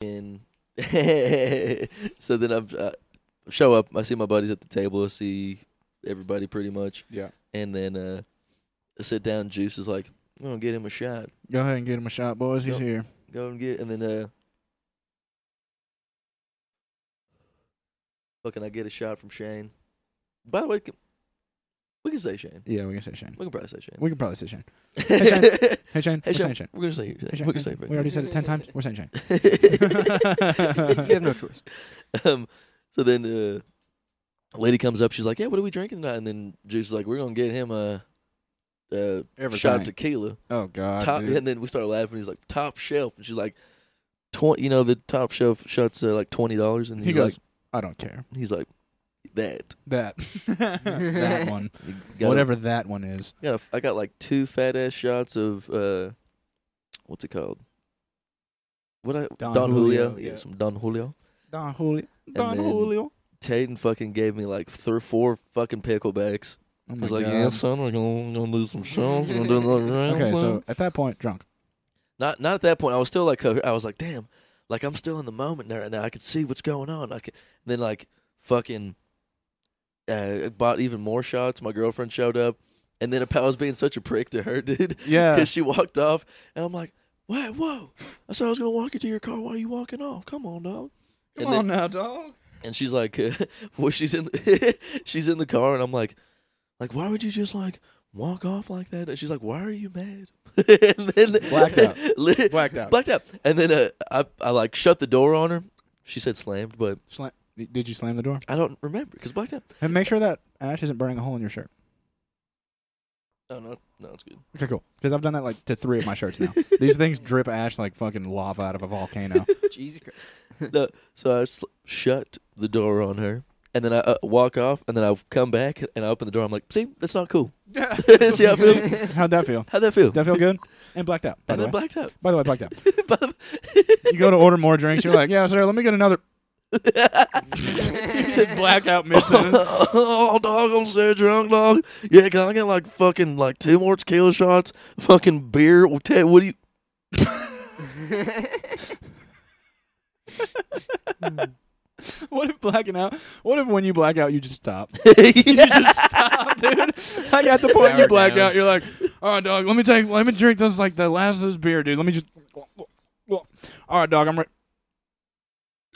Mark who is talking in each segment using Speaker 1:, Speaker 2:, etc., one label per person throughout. Speaker 1: so then I'm, I show up. I see my buddies at the table. I see everybody pretty much,
Speaker 2: Yeah.
Speaker 1: and then uh, I sit down. Juice is like, "I'm gonna get him a shot.
Speaker 2: Go ahead and get him a shot, boys. He's
Speaker 1: Yep.
Speaker 2: here.
Speaker 1: Go and get." And then uh, fucking, I get a shot from Shane. By the way, can- we can say Shane.
Speaker 2: Yeah, we can say Shane.
Speaker 1: We can probably say Shane.
Speaker 2: We can probably say Shane.
Speaker 1: hey,
Speaker 2: Shane. Hey Shane.
Speaker 1: Hey,
Speaker 2: we're
Speaker 1: Shane.
Speaker 2: saying Shane.
Speaker 1: We're gonna say you.
Speaker 2: Hey, Shane.
Speaker 1: We can say.
Speaker 2: We already said it ten times. We're saying Shane.
Speaker 1: you
Speaker 2: You
Speaker 3: have no choice.
Speaker 1: Um, so then uh, a lady comes up. She's like, "Yeah, what are we drinking tonight?" And then Juice is like, "We're gonna get him a, a shot of
Speaker 2: Everything.
Speaker 1: tequila."
Speaker 2: Oh God.
Speaker 1: top,
Speaker 2: dude.
Speaker 1: and then we start laughing. He's like, "Top shelf," and she's like, "Twenty, you know, the top shelf shots are like twenty dollars." And
Speaker 2: He
Speaker 1: he's
Speaker 2: goes.
Speaker 1: like,
Speaker 2: I don't care.
Speaker 1: "He's like, that
Speaker 2: That. that one.
Speaker 1: You got a-
Speaker 2: Whatever that one is.
Speaker 1: got a- I got like two fat ass shots of uh, what's it called? What I
Speaker 2: Don
Speaker 1: Julio,
Speaker 2: Julio,
Speaker 1: yeah,
Speaker 2: yeah.
Speaker 1: some Don Julio.
Speaker 2: Don Julio.
Speaker 1: Don then- Julio. Tatum fucking gave me like three, or four fucking picklebacks.
Speaker 2: Oh my
Speaker 1: He's like,
Speaker 2: God.
Speaker 1: yeah, son, we're gonna, we're gonna do some shows. We're gonna do another round.
Speaker 2: Okay,
Speaker 1: son."
Speaker 2: so at that point, drunk.
Speaker 1: not not at that point. I was still like, co- I was like, damn, like I'm still in the moment now. Right now, I could see what's going on. I could, then like fucking uh, bought even more shots. My girlfriend showed up, and then I was being such a prick to her, dude,
Speaker 2: Yeah.
Speaker 1: because she walked off, and I'm like, wait, whoa! I said I was gonna walk you to your car. Why are you walking off? Come on, dog.
Speaker 2: Come
Speaker 1: and then-
Speaker 2: on now, dog.
Speaker 1: and she's like, well, she's in, the, she's in the car, and I'm like, like, why would you just like walk off like that? And she's like, why are you mad? and then
Speaker 2: Blacked out.
Speaker 1: li-
Speaker 2: Blacked out.
Speaker 1: blacked out. And then uh, I, I like shut the door on her. She said slammed, but
Speaker 2: Slam- Did you slam the door?
Speaker 1: I don't remember because blacked out.
Speaker 2: And make sure that ash isn't burning a hole in your shirt.
Speaker 1: No, Oh, no, no, it's good.
Speaker 2: Okay, cool. Because I've done that like to three of my shirts now. These things drip ash like fucking lava out of a volcano.
Speaker 3: Jesus Christ.
Speaker 1: So I sl- shut the door on her, and then I uh, walk off, and then I come back and I open the door. I'm like, see, that's not cool. see how it feels?
Speaker 2: How'd that feel?
Speaker 1: How'd that feel?
Speaker 2: Did that feel good? And blacked out. By
Speaker 1: and
Speaker 2: the
Speaker 1: then
Speaker 2: way,
Speaker 1: blacked out.
Speaker 2: by the way, blacked out. You go to order more drinks. You're like, yeah, sir. Let me get another. black out mid sentence.
Speaker 1: oh, dog, I'm so drunk, dog. Yeah, can I get like fucking like two more tequila shots, fucking beer? Well, Ted, what do you?
Speaker 2: What if blacking out? What if when you black out, you just stop?
Speaker 1: yeah.
Speaker 2: stop, dude. Like at the point you
Speaker 3: Power
Speaker 2: black
Speaker 3: down.
Speaker 2: out, you're like, all right, dog. Let me take. Let me drink this like the last of this beer, dude. Let me just. All right, dog. I'm. Re-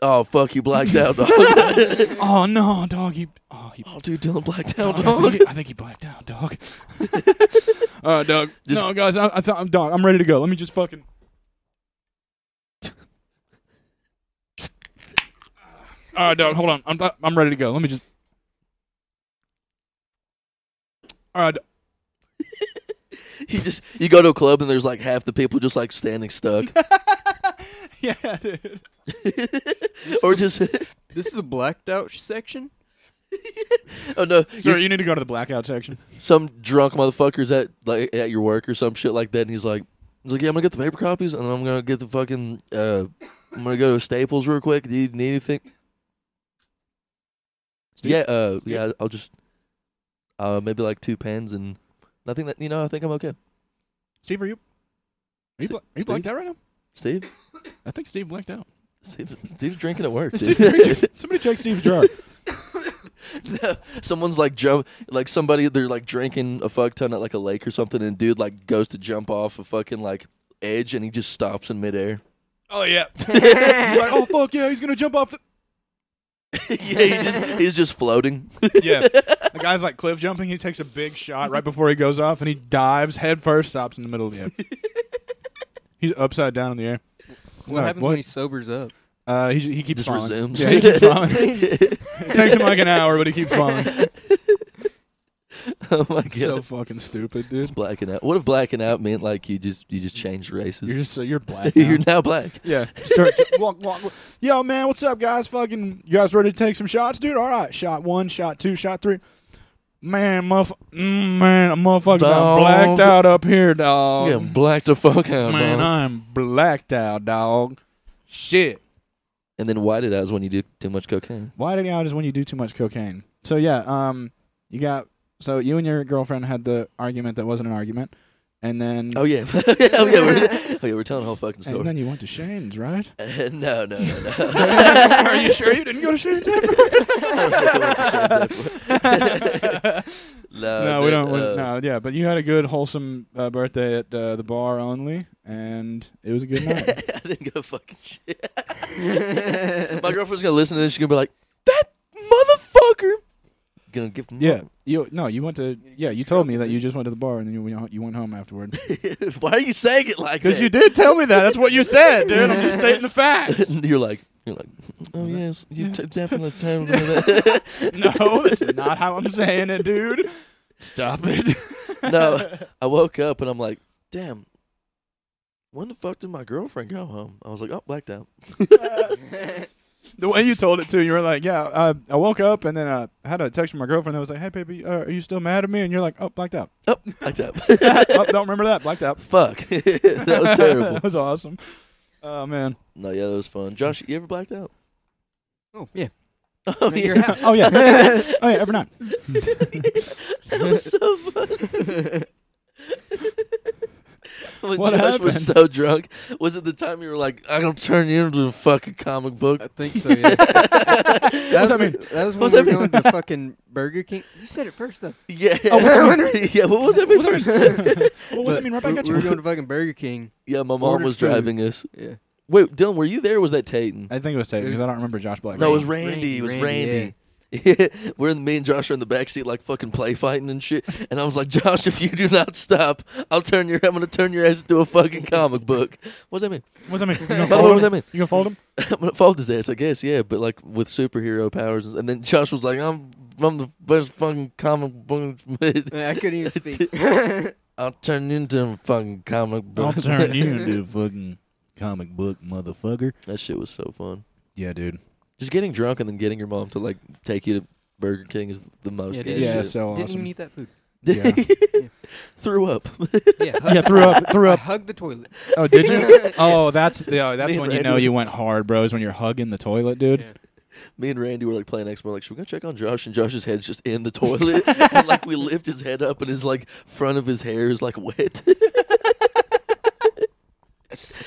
Speaker 1: Oh fuck, you blacked out, dog.
Speaker 2: oh no, dog. He. Oh, he
Speaker 1: oh, dude, Dylan blacked
Speaker 2: Oh,
Speaker 1: out,
Speaker 2: God, I,
Speaker 1: dog.
Speaker 2: think he, I think he blacked out, dog. All right, dog.
Speaker 1: Just-
Speaker 2: no, guys, I, I thought I'm dog. I'm ready to go. Let me just fucking. All right, dog. Hold on. I'm I'm ready to go. Let me just. All right.
Speaker 1: You just you go to a club and there's like half the people just like standing stuck,
Speaker 2: yeah, dude.
Speaker 1: or just
Speaker 3: This is a blacked out section.
Speaker 1: oh no,
Speaker 2: Sir,
Speaker 1: you're-
Speaker 2: you need to go to the blackout section.
Speaker 1: some drunk motherfuckers at like at your work or some shit like that, and he's like, he's like, yeah, I'm gonna get the paper copies and I'm gonna get the fucking, uh, I'm gonna go to Staples real quick. Do you need anything?
Speaker 2: Steve?
Speaker 1: Yeah, uh,
Speaker 2: Steve?
Speaker 1: yeah, I'll just, uh, maybe like two pens and nothing that you know. I think I'm okay.
Speaker 2: Steve, are you? Are you,
Speaker 1: Ste-
Speaker 2: bla- are you blacked out right now?
Speaker 1: Steve,
Speaker 2: I think Steve blacked out.
Speaker 1: Steve, Steve's drinking at work.
Speaker 2: Steve,
Speaker 1: Dude.
Speaker 2: somebody check Steve's jar.
Speaker 1: Someone's like jump, like somebody they're like drinking a fuck ton at like a lake or something, and dude like goes to jump off a fucking like edge, and he just stops in midair.
Speaker 2: Oh yeah. He's like, oh fuck yeah, he's gonna jump off the.
Speaker 1: yeah, he just he's just floating.
Speaker 2: Yeah. The guy's like cliff jumping. He takes a big shot right before he goes off and he dives head first, stops in the middle of the air. He's upside down in the air.
Speaker 3: What
Speaker 2: Like,
Speaker 3: happens when he sobers up?
Speaker 2: Uh, he, he keeps
Speaker 1: just
Speaker 2: falling.
Speaker 1: resumes.
Speaker 2: Yeah, he keeps falling. it takes him like an hour, but he keeps falling.
Speaker 1: oh my god,
Speaker 2: It's so fucking stupid, dude.
Speaker 1: it's blacking out. What if blacking out meant like you just you just changed races?
Speaker 2: You're just so you're black.
Speaker 1: You're
Speaker 2: now.
Speaker 1: now black.
Speaker 2: yeah. Start walk, walk, walk. Yo, man, what's up, guys? Fucking, you guys ready to take some shots, dude? All right, shot one, shot two, shot three. Man, motherf- mm, man, a motherfucker about
Speaker 1: Dog.
Speaker 2: blacked out up here, dog.
Speaker 1: yeah, black the fuck out,
Speaker 2: Um, Man,
Speaker 1: dog.
Speaker 2: I'm blacked out, dog. Shit.
Speaker 1: And then white it out is when you do too much cocaine.
Speaker 2: Why did out is when you do too much cocaine. So yeah, um, you got so you and your girlfriend had the argument that wasn't an argument, and then
Speaker 1: Oh yeah, oh yeah, we're, oh yeah. We're telling the whole fucking
Speaker 2: and
Speaker 1: story.
Speaker 2: then you went to Shane's, right?
Speaker 1: Uh, no, no, no, no.
Speaker 2: Are you sure you didn't go to Shane's?
Speaker 1: no,
Speaker 2: no, we
Speaker 1: dude,
Speaker 2: don't. we-
Speaker 1: uh,
Speaker 2: no, yeah, but you had a good wholesome uh, birthday at uh, the bar only, and it was a good night.
Speaker 1: I didn't go fucking shit. My girlfriend's gonna listen to this. She's gonna be like, "That motherfucker." Gonna give him
Speaker 2: yeah, you no, you went to yeah. You told me that you just went to the bar and then you went- you went home afterward.
Speaker 1: Why are you saying it like that?
Speaker 2: Because you did tell me that. That's what you said, dude. I'm just stating the facts.
Speaker 1: you're like, you're like, oh yes, you
Speaker 2: Yeah.
Speaker 1: t- definitely told me that.
Speaker 2: No, that's not how I'm saying it, dude. Stop it.
Speaker 1: no, I woke up and I'm like, damn. When the fuck did my girlfriend go home? I was like, oh, blacked out.
Speaker 2: The way you told it too, you were like, "Yeah, uh, I woke up and then uh, I had a text from my girlfriend that was like, "Hey, baby, uh, are you still mad at me?" And you're like, "Oh, blacked out.
Speaker 1: Oh, blacked out.
Speaker 2: oh, don't remember that. Blacked out.
Speaker 1: fuck. that was terrible.
Speaker 2: that was awesome. Oh man.
Speaker 1: No, yeah, that was fun. Josh, you ever blacked out?
Speaker 3: Oh yeah.
Speaker 1: Oh,
Speaker 3: At your house.
Speaker 2: oh yeah. oh yeah. Every night.
Speaker 1: that was so funny. when
Speaker 2: What
Speaker 1: Josh was
Speaker 2: happened?
Speaker 1: so drunk, was it the time you were like, I'm going to turn you into a fucking comic book?
Speaker 3: I think so. Yeah. that,
Speaker 2: that
Speaker 3: was,
Speaker 2: mean?
Speaker 3: that was
Speaker 1: What's
Speaker 3: when we
Speaker 1: that
Speaker 3: were
Speaker 1: mean?
Speaker 3: going to fucking Burger King. You said it first though.
Speaker 1: Yeah.
Speaker 2: Oh, what
Speaker 1: yeah, what was that big
Speaker 2: What's
Speaker 1: first?
Speaker 2: What was I mean? Right back
Speaker 3: we,
Speaker 2: at
Speaker 3: we were going
Speaker 2: you.
Speaker 3: to fucking Burger King.
Speaker 1: Yeah, my mom
Speaker 3: Ordered
Speaker 1: was
Speaker 3: food.
Speaker 1: driving us.
Speaker 3: Yeah.
Speaker 1: Wait, Dylan, were you there or was that Tayton?
Speaker 2: I think it was Tate because I don't remember Josh Black.
Speaker 1: No, it was
Speaker 3: Randy,
Speaker 1: Randy. It was
Speaker 3: Randy,
Speaker 1: Randy. We're in, me and Josh are in the backseat, like fucking play fighting and shit. And I was like, Josh, if you do not stop, I'll turn your. I'm gonna turn your ass into a fucking comic book. What does that mean?
Speaker 2: What's that mean? You
Speaker 1: By
Speaker 2: gonna
Speaker 1: the way, what
Speaker 2: fold
Speaker 1: does that
Speaker 2: him?
Speaker 1: mean?
Speaker 2: You gonna fold him?
Speaker 1: I'm gonna fold his ass, I guess. Yeah, but like with superhero powers. And then Josh was like, I'm. I'm the best fucking comic book.
Speaker 3: I couldn't even speak.
Speaker 1: I'll turn you into a fucking comic
Speaker 2: I'll
Speaker 1: book.
Speaker 2: turn you into a fucking comic book motherfucker.
Speaker 1: That shit was so fun.
Speaker 2: Yeah, dude.
Speaker 1: Just getting drunk and then getting your mom to like take you to Burger King is the most.
Speaker 3: Yeah,
Speaker 1: gay
Speaker 3: dude.
Speaker 2: Yeah,
Speaker 1: shit.
Speaker 2: so
Speaker 3: Didn't
Speaker 2: awesome.
Speaker 3: even eat that food. Yeah.
Speaker 1: Threw up.
Speaker 3: Yeah.
Speaker 2: Yeah, threw up, threw
Speaker 3: I
Speaker 2: up.
Speaker 3: hugged the toilet.
Speaker 2: Oh, did you? Oh, that's the, oh, that's
Speaker 1: Me
Speaker 2: when
Speaker 1: and
Speaker 2: you know
Speaker 1: Randy.
Speaker 2: you went hard, bros. When you're hugging the toilet, dude.
Speaker 3: Yeah.
Speaker 1: Me and Randy were like playing X Men. Like, should we go check on Josh? And Josh's head's just in the toilet. and like we lift his head up, and his like front of his hair is like wet.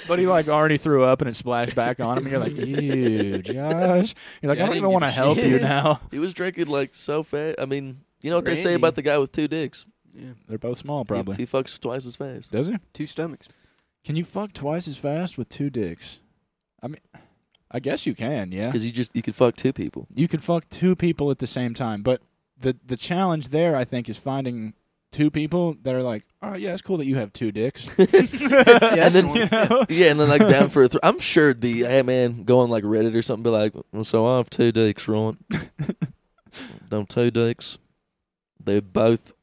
Speaker 2: But he like already threw up and it splashed back on him. And you're like, ew, Josh. You're like,
Speaker 3: Yeah,
Speaker 2: I
Speaker 3: I
Speaker 2: don't
Speaker 3: didn't
Speaker 2: even want to
Speaker 3: give a
Speaker 2: help
Speaker 3: shit.
Speaker 2: you now.
Speaker 1: he was drinking like so fast. I mean, you know what they say
Speaker 3: Randy.
Speaker 1: about the guy with two dicks?
Speaker 3: Yeah.
Speaker 2: They're both small,
Speaker 1: He-
Speaker 2: probably.
Speaker 1: he, fucks twice as fast.
Speaker 2: Does he?
Speaker 3: Two stomachs.
Speaker 2: Can you fuck twice as fast with two dicks? I mean, I guess you can. Yeah,
Speaker 1: Because you just you could fuck two people.
Speaker 2: you could fuck two people at the same time. But the the challenge there, I think, is finding two people that are like, all right, yeah, it's cool that you have two dicks.
Speaker 3: that's
Speaker 1: then-
Speaker 3: the one.
Speaker 2: You know?
Speaker 1: Yeah, and then like down for a thr I'm sure the hey man go on like Reddit or something. Be like, well, so I have two dicks, right? Them two dicks, they're both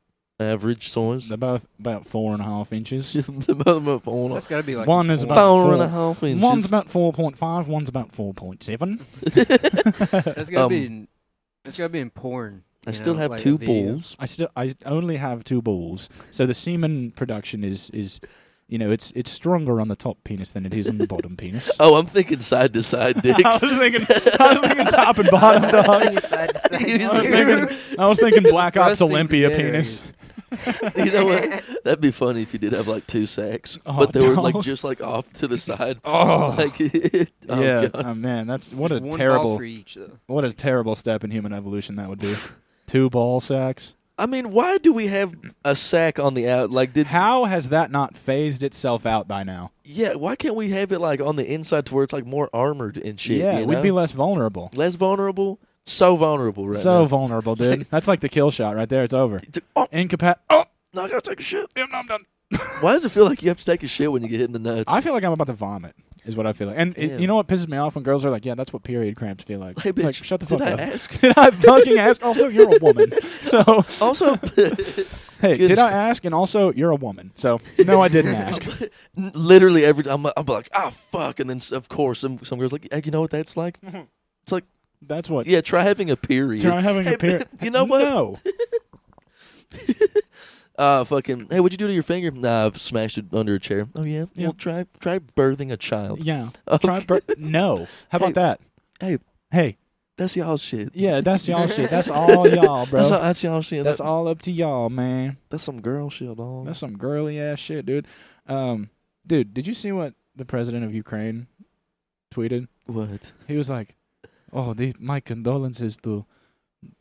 Speaker 1: average size.
Speaker 2: They're both about four and a half inches.
Speaker 1: the bottom of all
Speaker 3: That's got to be like
Speaker 2: One is
Speaker 3: four.
Speaker 2: about-
Speaker 1: four
Speaker 2: four.
Speaker 1: and a half inches.
Speaker 2: One's about four point five. One's about four point seven.
Speaker 3: That's got to
Speaker 1: um,
Speaker 3: be. In, that's got to be in porn.
Speaker 1: I
Speaker 3: you
Speaker 1: still
Speaker 3: know,
Speaker 1: have
Speaker 3: like a
Speaker 1: two
Speaker 3: video.
Speaker 1: balls.
Speaker 2: I still I only have two balls, so the semen production is is, you know, it's it's stronger on the top penis than it is on the bottom penis.
Speaker 1: Oh, I'm thinking side to side dicks.
Speaker 2: thinking, I was thinking top and bottom, dog.
Speaker 3: Side to side.
Speaker 1: He was
Speaker 2: I was thinking Black
Speaker 3: Ops Thrusting Olympia together. penis.
Speaker 1: you know what? That'd be funny if you did have like two sacks,
Speaker 2: Oh,
Speaker 1: but they were like
Speaker 2: dog.
Speaker 1: just like off to the side.
Speaker 2: Oh,
Speaker 1: Like, oh
Speaker 2: yeah.
Speaker 1: God.
Speaker 2: Oh man, that's what a
Speaker 3: One ball
Speaker 2: terrible,
Speaker 3: for each though.
Speaker 2: what a terrible step in human evolution that would be. two ball sacks.
Speaker 1: I mean, why do we have a sack on the out? Like, did
Speaker 2: How has that not phased itself out by now?
Speaker 1: yeah? Why can't we have it like on the inside to where it's like more armored and shit?
Speaker 2: yeah,
Speaker 1: you
Speaker 2: we'd
Speaker 1: know?
Speaker 2: be less vulnerable.
Speaker 1: less vulnerable. So vulnerable right
Speaker 2: so
Speaker 1: now.
Speaker 2: vulnerable, dude. That's like the kill shot right there. It's over.
Speaker 1: It's like, Oh,
Speaker 2: Incapac. Oh,
Speaker 1: no, I gotta take a shit.
Speaker 2: damn, I'm done.
Speaker 1: Why does it feel like you have to take a shit when you get hit in the nuts?
Speaker 2: I feel like I'm about to vomit. Is what I feel like. And it,
Speaker 1: Damn.
Speaker 2: you know what pisses me off when girls are like, "Yeah, that's what period cramps feel like."
Speaker 1: Hey,
Speaker 2: it's like,
Speaker 1: bitch,
Speaker 2: shut the
Speaker 1: did
Speaker 2: fuck
Speaker 1: I
Speaker 2: up.
Speaker 1: ask?
Speaker 2: did I fucking ask? Also, you're a woman. So
Speaker 1: also,
Speaker 2: hey,
Speaker 1: Goodness
Speaker 2: did I ask? And also, you're a woman. So no, I didn't ask.
Speaker 1: N- literally every time I'm, I'm like, ah, fuck, and then s- of course some some girls like, "Hey, you know what that's like? It's like,
Speaker 2: That's what.
Speaker 1: yeah, try having a period.
Speaker 2: Try having
Speaker 1: Hey,
Speaker 2: a period.
Speaker 1: you know what?
Speaker 2: No.
Speaker 1: Uh, fucking. Hey, what'd you do to your finger? Nah, I've smashed it under a chair. Oh yeah.
Speaker 2: Yeah.
Speaker 1: Well, try try birthing a child.
Speaker 2: Yeah.
Speaker 1: Okay.
Speaker 2: Try. Bir- no. How about
Speaker 1: Hey.
Speaker 2: that?
Speaker 1: Hey,
Speaker 2: Hey,
Speaker 1: That's y'all shit.
Speaker 2: Yeah, that's y'all shit. That's all y'all, bro.
Speaker 1: That's, all, that's y'all shit.
Speaker 2: that's
Speaker 1: That-
Speaker 2: all up to y'all, man.
Speaker 1: That's some girl shit, dog.
Speaker 2: That's some girly ass shit, dude. Um, dude, did you see what the president of Ukraine tweeted?
Speaker 1: what?
Speaker 2: He was like, "Oh, the, my condolences to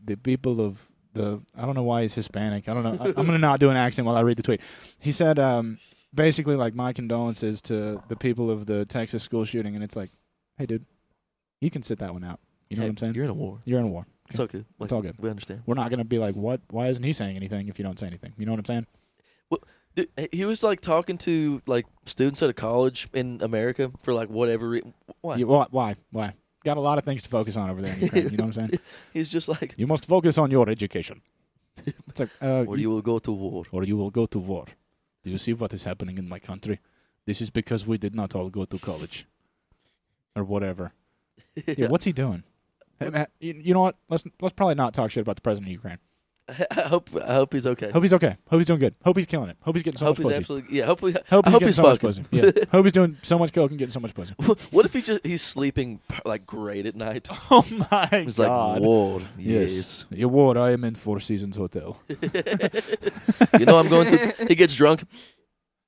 Speaker 2: the people of the." I don't know why he's Hispanic. I don't know. I, I'm gonna not do an accent while I read the tweet. He said, um, basically, like, my condolences to the people of the Texas school shooting, and it's like, hey, dude, you can sit that one out. You know
Speaker 1: Hey,
Speaker 2: what I'm saying? You're,
Speaker 1: You're in a war.
Speaker 2: in war.
Speaker 1: It's okay. Like,
Speaker 2: It's all good.
Speaker 1: We understand.
Speaker 2: We're not gonna be like, what? Why isn't he saying anything if you don't say anything? You know what I'm saying?
Speaker 1: Dude, he- he was like talking to like students at a college in America for like whatever. Re- why?
Speaker 2: Yeah, why? Why? Why? Got a lot of things to focus on over there in Ukraine. you know what I'm saying?
Speaker 1: He's just like,
Speaker 2: You must focus on your education. It's like, uh,
Speaker 1: or you will go to war.
Speaker 2: or you will go to war. Do you see what is happening in my country? This is because we did not all go to college, or whatever. Yeah, what's he doing? Hey, Matt, you, you know what? Let's let's probably not talk shit about the president of Ukraine.
Speaker 1: I hope. I hope he's okay.
Speaker 2: Hope he's okay. Hope he's doing good. Hope he's killing it. Hope he's getting so
Speaker 1: hope he's
Speaker 2: much pussy.
Speaker 1: absolutely. Yeah. Hopefully.
Speaker 2: hope
Speaker 1: I
Speaker 2: he's
Speaker 1: hope
Speaker 2: getting
Speaker 1: he's
Speaker 2: so much
Speaker 1: fucking.
Speaker 2: pussy. Yeah. hope he's doing so much coke and getting so much pussy.
Speaker 1: What if he just he's sleeping like great at night?
Speaker 2: Oh my
Speaker 1: He's like war. Yes.
Speaker 2: Yes. Your ward, I am in Four Seasons Hotel.
Speaker 1: you know I'm going to. He gets drunk.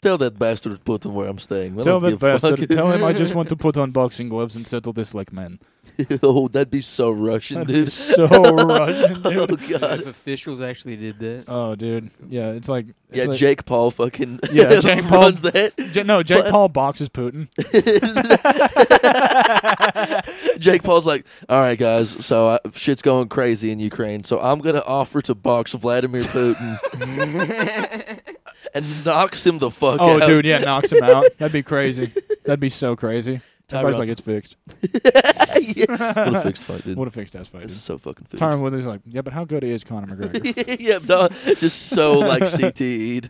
Speaker 1: Tell that bastard Putin where I'm staying. I
Speaker 2: Tell
Speaker 1: don't
Speaker 2: that
Speaker 1: give a fuck.
Speaker 2: bastard. tell him I just want to put on boxing gloves and settle this like men.
Speaker 1: oh, that'd be so Russian,
Speaker 2: That'd be
Speaker 1: dude.
Speaker 2: so Russian, dude.
Speaker 1: Oh god.
Speaker 3: if officials actually did that.
Speaker 2: Oh, dude. Yeah, it's like. It's
Speaker 1: Yeah,
Speaker 2: like-
Speaker 1: Jake Paul fucking
Speaker 2: Yeah, Jake Paul-
Speaker 1: runs that.
Speaker 2: J- no, Jake
Speaker 1: but-
Speaker 2: Paul boxes Putin.
Speaker 1: Jake Paul's like, all right, guys, so I, shit's going crazy in Ukraine, so I'm gonna offer to box Vladimir Putin and knocks him the fuck
Speaker 2: Oh,
Speaker 1: out.
Speaker 2: dude, yeah, knocks him out. That'd be crazy. That'd be so crazy. Everybody's
Speaker 1: Tyron-
Speaker 2: like, it's fixed.
Speaker 1: yeah. what a fixed fight, dude.
Speaker 2: What a fixed ass fight.
Speaker 1: this is
Speaker 2: dude.
Speaker 1: so fucking fixed.
Speaker 2: Tyron Woodley's like, yeah, but how good is Conor McGregor?
Speaker 1: yeah, dog, just so like CTE'd.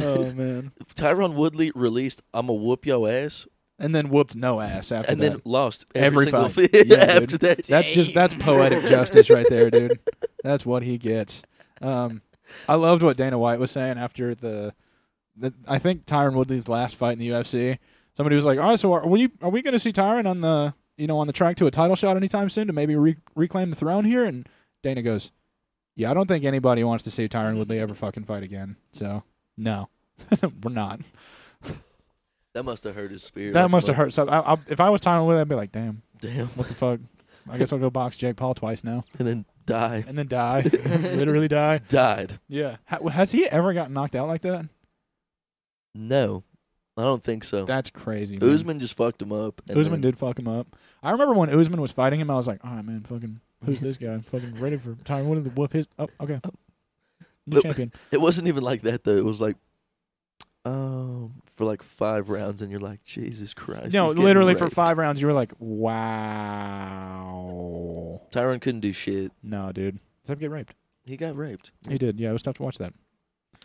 Speaker 2: oh man.
Speaker 1: Tyron Woodley released "I'ma whoop yo ass"
Speaker 2: And then whooped no ass after
Speaker 1: and
Speaker 2: that.
Speaker 1: then lost
Speaker 2: Every
Speaker 1: every, single
Speaker 2: fight.
Speaker 1: fight.
Speaker 2: Yeah,
Speaker 1: after that.
Speaker 2: That's just that's poetic justice right there, dude. That's what he gets. Um, I loved what Dana White was saying after the, the I think Tyron Woodley's last fight in the UFC. Somebody was like, "All right, so are we are we going to see Tyron on the you know on the track to a title shot anytime soon to maybe re- reclaim the throne here?" And Dana goes, "Yeah, I don't think anybody wants to see Tyron Woodley ever fucking fight again. So no, we're not.
Speaker 1: That must have hurt his spirit.
Speaker 2: That
Speaker 1: Like,
Speaker 2: must have
Speaker 1: like,
Speaker 2: hurt. So I, I, if I was Tyron Woodley, I'd be like, "Damn,
Speaker 1: Damn,
Speaker 2: what the fuck." I guess I'll go box Jake Paul twice now
Speaker 1: and then die.
Speaker 2: and then die. Literally die.
Speaker 1: Died.
Speaker 2: Yeah. Has he ever gotten knocked out like that?
Speaker 1: No, I don't think so.
Speaker 2: That's crazy. man.
Speaker 1: Usman just fucked him up. and
Speaker 2: Usman
Speaker 1: then-
Speaker 2: did fuck him up. I remember when Usman was fighting him, I was like, all right, man, fucking, who's this guy? fucking ready for time. What did the whoop his. Oh, okay. New
Speaker 1: But-
Speaker 2: champion.
Speaker 1: It wasn't even like that though. It was like, um, for like five rounds, and you're like, Jesus Christ.
Speaker 2: No,
Speaker 1: he's getting
Speaker 2: literally for
Speaker 1: raped.
Speaker 2: five rounds, you were like, wow.
Speaker 1: Tyron couldn't do shit.
Speaker 2: No, dude. Except get raped.
Speaker 1: He got raped.
Speaker 2: He did. Yeah, it was tough to watch that.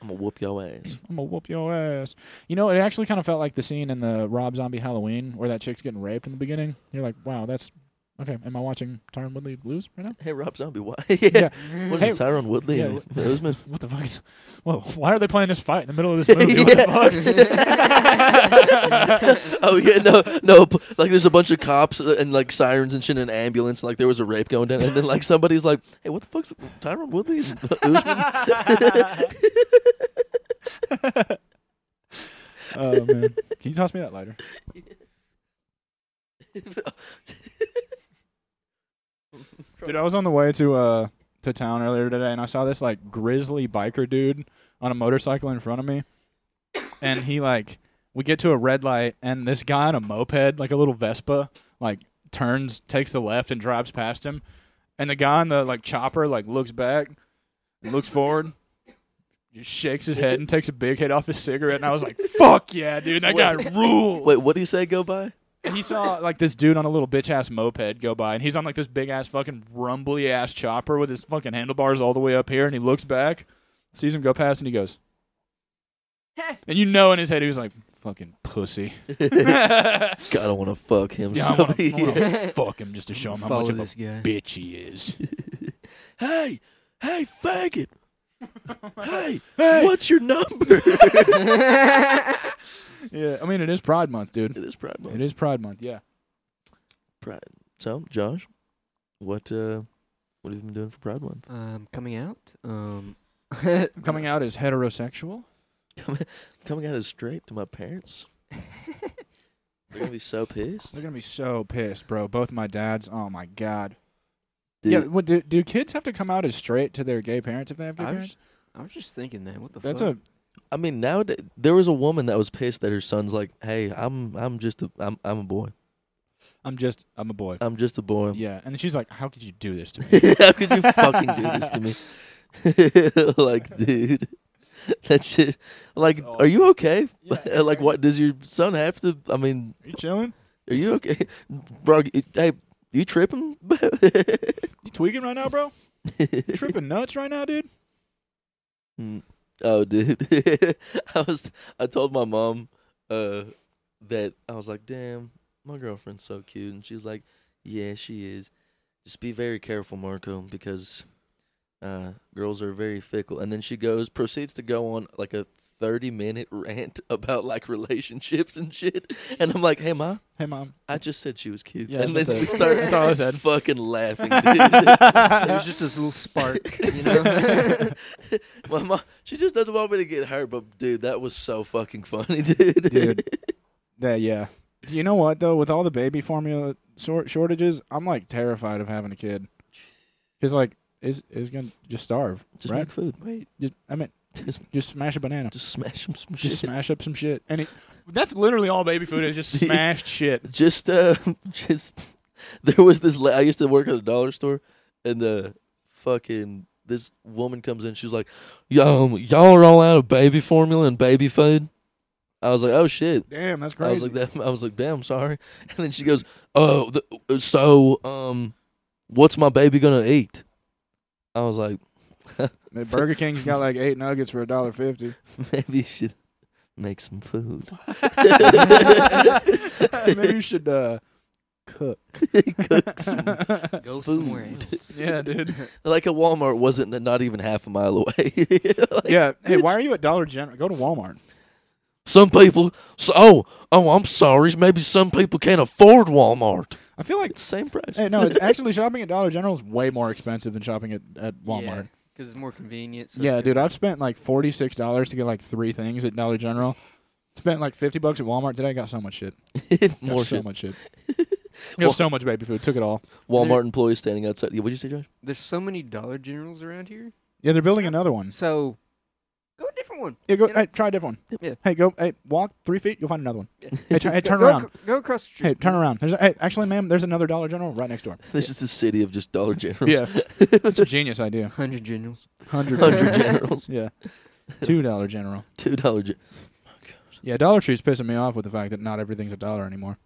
Speaker 1: I'm gonna whoop your ass.
Speaker 2: I'm gonna whoop your ass. You know, it actually kind of felt like the scene in the Rob Zombie Halloween where that chick's getting raped in the beginning. You're like, wow, that's okay. Am I watching Tyron Woodley lose right now?
Speaker 1: Hey, Rob Zombie, why? yeah. What is
Speaker 2: Hey,
Speaker 1: it, Tyron Woodley
Speaker 2: yeah,
Speaker 1: and Usman?
Speaker 2: What the fuck? Is, whoa, why are they playing this fight in the middle of this movie? What the fuck?
Speaker 1: oh yeah, no, no. p- Like there's a bunch of cops uh, and like sirens and shit, and an ambulance. And, like there was a rape going down, and then like somebody's like, "Hey, what the fuck's Tyron Woodley?" and Usman?"
Speaker 2: oh man, can you toss me that lighter? Dude, I was on the way to uh to town earlier today, and I saw this like grizzly biker dude on a motorcycle in front of me, and he like we get to a red light, and this guy on a moped, like a little Vespa, like turns, takes the left, and drives past him, and the guy on the like chopper like looks back, looks forward. Just shakes his head and takes a big hit off his cigarette, and I was like, "Fuck yeah, dude! That guy rules."
Speaker 1: Wait, what do you say? Go by?
Speaker 2: And he saw like this dude on a little bitch ass moped go by, and he's on like this big ass fucking rumbly ass chopper with his fucking handlebars all the way up here, and he looks back, sees him go past, and he goes, and you know in his head he was like, "Fucking pussy." yeah,
Speaker 1: God, I want to fuck him.
Speaker 2: I
Speaker 1: so
Speaker 2: want to
Speaker 1: yeah.
Speaker 2: fuck him just to show him how
Speaker 3: Follow
Speaker 2: much of a
Speaker 3: this guy.
Speaker 2: bitch he is.
Speaker 1: Hey, hey, faggot. Hey,
Speaker 2: Hey!
Speaker 1: what's your number?
Speaker 2: Yeah, I mean it is Pride Month, dude.
Speaker 1: it is Pride Month.
Speaker 2: It is Pride Month. Yeah.
Speaker 1: Pride. So, Josh, what uh, what have you been doing for Pride Month?
Speaker 3: Um, coming out. Um,
Speaker 2: Coming out as heterosexual.
Speaker 1: Coming out as straight to my parents. They're gonna be so pissed.
Speaker 2: They're gonna be so pissed, bro. Both my dads. Oh my god.
Speaker 1: Dude,
Speaker 2: Yeah. What, do do kids have to come out as straight to their gay parents if they have gay
Speaker 3: I
Speaker 2: parents?
Speaker 3: was, I was just thinking that. What the
Speaker 2: That's
Speaker 3: fuck?
Speaker 2: a
Speaker 1: I mean, nowadays there was a woman that was pissed that her son's like, "Hey, I'm I'm just a I'm I'm a boy.
Speaker 2: I'm just. I'm a boy.
Speaker 1: I'm just a boy.
Speaker 2: Yeah. And she's like, "How could you do this to me?"
Speaker 1: Um, How could you fucking do this to me? like, dude, that shit. Like,
Speaker 2: That's
Speaker 1: are you okay?
Speaker 2: Yeah,
Speaker 1: like, what does your son have to? I mean,
Speaker 2: Are you chilling?
Speaker 1: are you okay, bro? you- Hey, you tripping?
Speaker 2: You tweaking right now, bro? You tripping nuts right now, dude?
Speaker 1: Mm. Oh, dude, I was. I told my mom uh, that I was like, "Damn, my girlfriend's so cute," and she was like, "Yeah, she is. Just be very careful, Marco, because uh, girls are very fickle." And then she goes, proceeds to go on like a thirty-minute rant about like relationships and shit. And I'm like, "Hey, ma,
Speaker 2: Hey, mom.
Speaker 1: I just said she was cute."
Speaker 2: Yeah,
Speaker 1: and
Speaker 2: that's
Speaker 1: then
Speaker 2: it.
Speaker 1: we start
Speaker 3: That's
Speaker 2: all I said.
Speaker 1: fucking laughing, dude.
Speaker 3: It was just this little spark, you know.
Speaker 1: my mom, she just doesn't want me to get hurt, but dude, that was so fucking funny, dude.
Speaker 2: Dude. That yeah. You know what though? With all the baby formula sor- shortages, I'm like terrified of having a kid. Cause like, is is gonna just starve,
Speaker 1: Just
Speaker 2: right?
Speaker 1: make food.
Speaker 3: Wait,
Speaker 2: Just, I mean,
Speaker 1: Just,
Speaker 2: just smash a banana.
Speaker 1: just smash them some
Speaker 2: Just
Speaker 1: shit.
Speaker 2: smash up some shit. And it, that's literally all baby food is just smashed shit.
Speaker 1: Just, uh, just. There was this. La- I used to work at a dollar store, and uh, fucking this woman comes in. She's like, "Yo, um, y'all are all out of baby formula and baby food." I was like, "Oh shit."
Speaker 2: Damn, that's
Speaker 1: I was
Speaker 2: crazy.
Speaker 1: like, that, I was like, damn, sorry. And then she goes, oh, the, so, um, what's my baby gonna eat? I was like,
Speaker 2: Man, Burger King's got like eight nuggets for a dollar fifty.
Speaker 1: Maybe you should make some food.
Speaker 2: Maybe you should uh, cook.
Speaker 1: Cook some-
Speaker 3: go
Speaker 1: Food.
Speaker 3: somewhere else.
Speaker 2: yeah, dude.
Speaker 1: like a Walmart wasn't n- not even half a mile away. Like,
Speaker 2: yeah. Hey,
Speaker 1: bitch.
Speaker 2: why are you at Dollar General? Go to Walmart.
Speaker 1: Some people, so, oh, oh, I'm sorry. Maybe some people can't afford Walmart.
Speaker 2: I feel like
Speaker 1: It's the same price.
Speaker 2: Hey, no, it's actually shopping at Dollar General is way more expensive than shopping at, at Walmart.
Speaker 3: because it's more convenient. So
Speaker 2: Yeah,
Speaker 3: it's
Speaker 2: dude, I've spent like forty six dollars to get like three things at Dollar General. Spent like fifty bucks at Walmart today. Got so much shit. Got
Speaker 1: More
Speaker 2: so
Speaker 1: shit.
Speaker 2: much shit. Got
Speaker 1: Well-
Speaker 2: so much baby food. Took it all.
Speaker 1: Walmart employees standing outside. Yeah, what'd you say, Josh?
Speaker 3: There's so many Dollar Generals around here.
Speaker 2: Yeah, they're building another one.
Speaker 3: So go a different one.
Speaker 2: Yeah, go.
Speaker 3: You know-
Speaker 2: Hey, try a different one.
Speaker 3: Yeah.
Speaker 2: Hey, go. Hey, walk three feet. You'll find another one.
Speaker 3: Yeah.
Speaker 2: Hey, try, hey, turn
Speaker 3: go,
Speaker 2: around.
Speaker 3: Go, go across the street.
Speaker 2: Hey, turn around. There's hey, actually, ma'am, there's another Dollar General right next door.
Speaker 1: This is the city of just Dollar Generals.
Speaker 2: Yeah, it's a genius idea.
Speaker 3: Hundred Generals.
Speaker 2: Hundred.
Speaker 1: Hundred Generals,
Speaker 2: Yeah, two Dollar General.
Speaker 1: two Dollar. Gen-
Speaker 2: Yeah, Dollar Tree's pissing me off with the fact that not everything's a dollar anymore.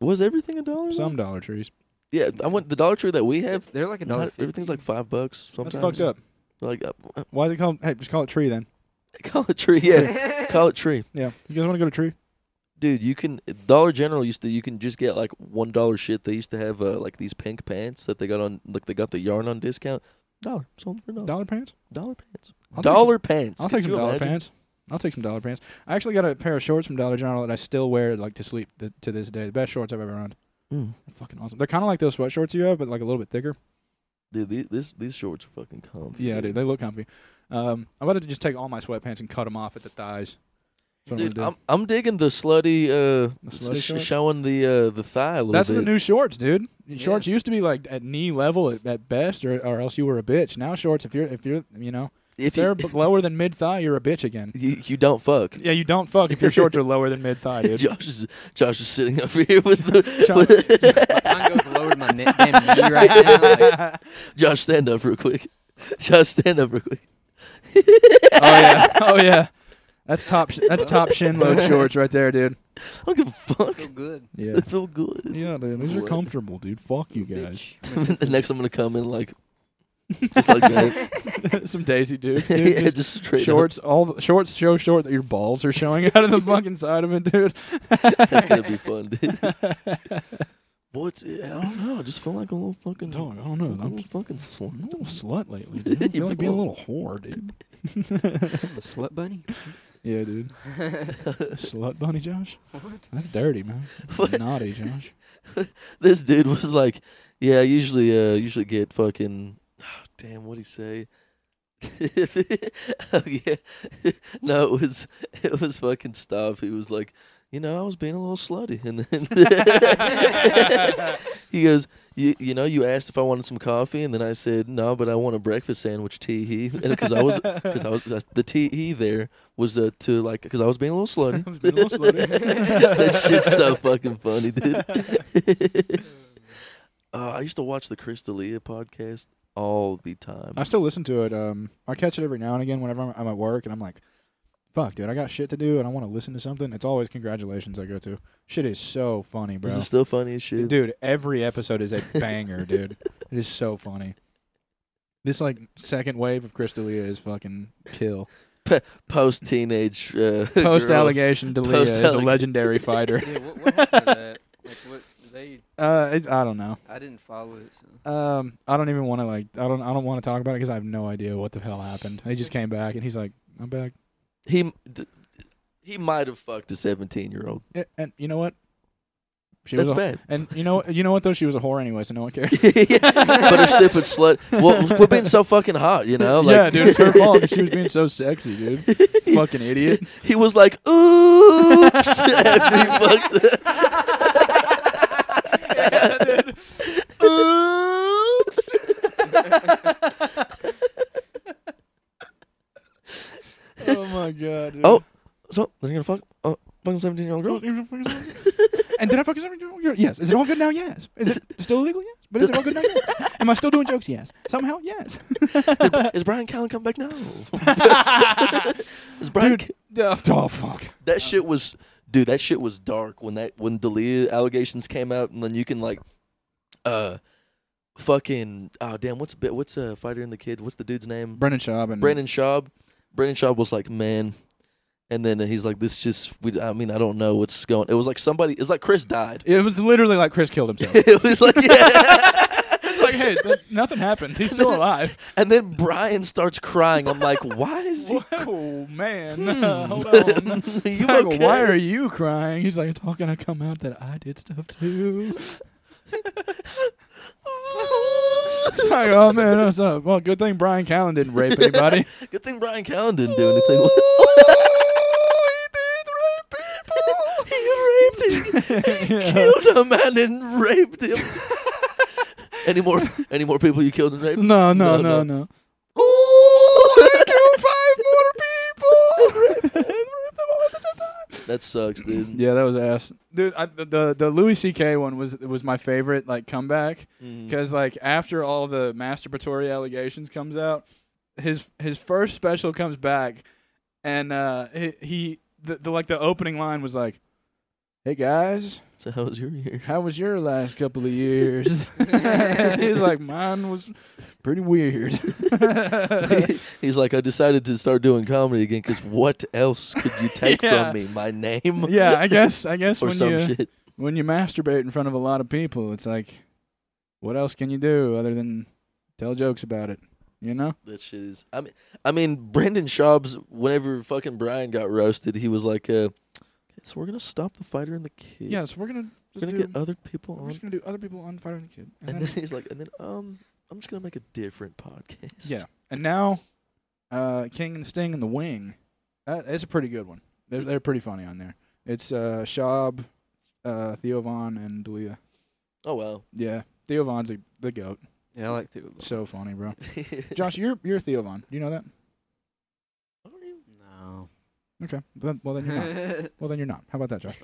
Speaker 1: Was everything a dollar?
Speaker 2: Some Dollar Trees.
Speaker 1: Yeah, I went the Dollar Tree that we have.
Speaker 3: They're like a dollar.
Speaker 1: Not, everything's like five bucks. Sometimes.
Speaker 2: That's fucked up.
Speaker 1: Like, uh,
Speaker 2: Why is it called? Hey, just call it Tree then.
Speaker 1: call it tree. Yeah, call it tree.
Speaker 2: Yeah. You guys want to go to Tree?
Speaker 1: Dude, you can Dollar General used to you can just get like one dollar shit. They used to have uh, like these pink pants that they got on like they got the yarn on discount. Dollar, sold for a dollar.
Speaker 2: Dollar pants?
Speaker 1: Dollar pants.
Speaker 2: I'll take
Speaker 1: dollar pants.
Speaker 2: some- I'll
Speaker 1: Could
Speaker 2: take some
Speaker 1: you
Speaker 2: dollar
Speaker 1: imagine?
Speaker 2: pants. I'll take some dollar pants. I actually got a pair of shorts from Dollar General that I still wear like to sleep th- to this day. The best shorts I've ever owned.
Speaker 1: Mm.
Speaker 2: They're fucking awesome. They're kind of like those sweatshorts you have, but like a little bit thicker.
Speaker 1: Dude, these, this these shorts are fucking comfy.
Speaker 2: Yeah, dude, they look comfy. Um, I'm about to just take all my sweatpants and cut them off at the thighs. That's what I'm
Speaker 1: Dude,
Speaker 2: gonna do.
Speaker 1: I'm I'm digging the slutty uh
Speaker 2: The slutty
Speaker 1: sh-
Speaker 2: shorts?
Speaker 1: showing the uh the thigh a little
Speaker 2: That's
Speaker 1: bit.
Speaker 2: the new shorts, dude.
Speaker 3: Yeah.
Speaker 2: Shorts used to be like at knee level at, at best, or, or else you were a bitch. Now shorts, if you're if you're you know
Speaker 1: if
Speaker 2: they're
Speaker 1: you,
Speaker 2: b- lower than mid thigh, you're a bitch again.
Speaker 1: you you don't fuck.
Speaker 2: Yeah, you don't fuck if your shorts are lower than mid thigh, dude. Oh,
Speaker 1: Josh is Josh is sitting over here with the
Speaker 2: Sean-
Speaker 3: Mine goes lower to my ne- damn knee right now. Like,
Speaker 1: Josh stand up real quick. Josh stand up real quick.
Speaker 2: oh yeah, oh yeah. That's top. Sh- that's top shin load shorts right there, dude.
Speaker 1: I don't give a fuck.
Speaker 3: feel good.
Speaker 2: Yeah.
Speaker 1: They feel good.
Speaker 2: Yeah, dude. These are
Speaker 1: What?
Speaker 2: comfortable, dude. Fuck you guys.
Speaker 3: Bitch. I'm gonna-
Speaker 1: the next I'm gonna come in like just like that.
Speaker 2: Some daisy dudes, dude.
Speaker 1: yeah,
Speaker 2: Just
Speaker 1: just straight up.
Speaker 2: shorts, all the, shorts show short that your balls are showing out of the fucking side of it, dude.
Speaker 1: That's gonna be fun, dude. What's it? I don't know. I just feel like a little fucking
Speaker 2: Dog, I don't know.
Speaker 1: a
Speaker 2: I'm
Speaker 1: little fucking slut.
Speaker 2: I'm a little slut lately, dude. I feel like being a little whore, dude.
Speaker 3: I'm a slut bunny.
Speaker 2: Yeah, dude. Slut bunny, Josh.
Speaker 3: What?
Speaker 2: That's dirty, man. That's naughty, Josh.
Speaker 1: this dude was like, "Yeah, I usually, uh, usually get fucking, oh, damn, what would he say?" oh yeah, no, it was it was fucking stuff. He was like, you know, I was being a little slutty, and then he goes, you you know, you asked if I wanted some coffee, and then I said no, but I want a breakfast sandwich. Tee hee, because I was because I was the tee hee there was uh, to like because I was being a little slutty.
Speaker 2: I was being a little slutty.
Speaker 1: that shit's so fucking funny, dude. uh, I used to watch the Chris D'Elia podcast all the time.
Speaker 2: I still listen to it. Um, I catch it every now and again whenever I'm, I'm at work and I'm like, fuck, dude, I got shit to do and I want to listen to something. It's always congratulations I go to. Shit is so funny, bro.
Speaker 1: This is still funny as shit.
Speaker 2: Dude, every episode is a banger, dude. It is so funny. This like second wave of Chris D'Elia is fucking kill.
Speaker 1: Post teenage, uh,
Speaker 2: Post
Speaker 1: girl.
Speaker 2: allegation D'Elia is a
Speaker 1: Post-alleg-
Speaker 2: legendary fighter.
Speaker 3: Yeah, what, what happened to that? Like, what they?
Speaker 2: Uh, it, I don't know.
Speaker 3: I didn't follow it. So.
Speaker 2: Um, I don't even want to like. I don't. I don't want to talk about it because I have no idea what the hell happened. He just came back and he's like, "I'm back."
Speaker 1: He th- he might have fucked a seventeen year old.
Speaker 2: A- And you know what? She
Speaker 1: That's
Speaker 2: was a,
Speaker 1: bad.
Speaker 2: And you know, you know what though? She was a whore anyway, so no one cares.
Speaker 1: but her stupid slut. Well, for being so fucking hot, you know. Like,
Speaker 2: yeah, dude, it's her fault. 'cause She was being so sexy, dude. Fucking idiot.
Speaker 1: He was like, "Oops!" after he fucked. her. Oops.
Speaker 2: Oh my god. Dude.
Speaker 1: Oh. So they're gonna fuck a fucking seventeen year old girl.
Speaker 2: and did I fucking Yes. Is it all good now? Yes. Is it still illegal? Yes. But is it all good now? Yes. Am I still doing jokes? Yes. Somehow, yes.
Speaker 1: Did- Is Brian Callen come back now? Is Brian?
Speaker 2: Dude. Oh fuck.
Speaker 1: That shit was, dude. That shit was dark when that when Delia allegations came out, and then you can like, uh, fucking oh damn, what's bi- what's a uh, fighter in the kid? What's the dude's name?
Speaker 2: Brendan Schaub and
Speaker 1: Brandon Schaub. Brandon Schaub was like, man, and then he's like, this just we. I mean, I don't know what's going. It was like somebody. It's like Chris died.
Speaker 2: It was literally like Chris killed himself.
Speaker 1: it was like,
Speaker 2: it's like, hey, th- nothing happened. He's still alive.
Speaker 1: and then Brian starts crying. I'm like, why is he?
Speaker 2: Oh man,
Speaker 1: Hmm.
Speaker 2: hold on.
Speaker 1: Are you
Speaker 2: Like,
Speaker 1: okay?
Speaker 2: Why are you crying? He's like, it's all gonna come out that I did stuff too. It's like, oh man, what's up? Well, good thing Brian Callen didn't rape anybody.
Speaker 1: Good thing Brian Callen didn't do anything. he raped him. He killed a man and raped him. any more? Any more people you killed and raped?
Speaker 2: no, no,
Speaker 1: No,
Speaker 2: no,
Speaker 1: no.
Speaker 2: no.
Speaker 1: five more That sucks, dude.
Speaker 2: Yeah, that was ass, dude. I, the, the the Louis C.K. one was was my favorite like comeback
Speaker 1: Mm.
Speaker 2: because like after all the masturbatory allegations comes out, his his first special comes back, and uh, he, he the, the like the opening line was like, "Hey guys,
Speaker 1: So how was your year?
Speaker 2: how was your last couple of years?" He's like, "Mine was pretty weird."
Speaker 1: He's like, I decided to start doing comedy again because what else could you take
Speaker 2: Yeah.
Speaker 1: from me? My name
Speaker 2: yeah, I guess I guess
Speaker 1: or
Speaker 2: when
Speaker 1: some
Speaker 2: you
Speaker 1: shit.
Speaker 2: when you masturbate in front of a lot of people, it's like, what else can you do other than tell jokes about it? You know?
Speaker 1: That shit is. I mean, I mean, Brandon Schaub's. Whenever fucking Brian got roasted, he was like, uh, "So we're gonna stop the fighter and the kid.
Speaker 2: Yeah, so we're gonna
Speaker 1: we're
Speaker 2: just
Speaker 1: gonna
Speaker 2: do,
Speaker 1: get other people
Speaker 2: we're
Speaker 1: on."
Speaker 2: just gonna do other people on Fighter and the Kid, and,
Speaker 1: And then
Speaker 2: then,
Speaker 1: he's like, "And then um, I'm just gonna make a different podcast."
Speaker 2: yeah, and now, uh, King and the Sting and the Wing, that, that's a pretty good one. They're they're pretty funny on there. It's uh Shab, uh Theo Von and Dalia.
Speaker 1: Oh wow.
Speaker 2: Yeah, Theo Von's a, the goat.
Speaker 3: Yeah, I like to.
Speaker 2: So funny, bro. Josh, you're you're Theo Von. Do you know that?
Speaker 3: No.
Speaker 2: Okay. Then- Well then you're not. Well then you're not. How about that, Josh?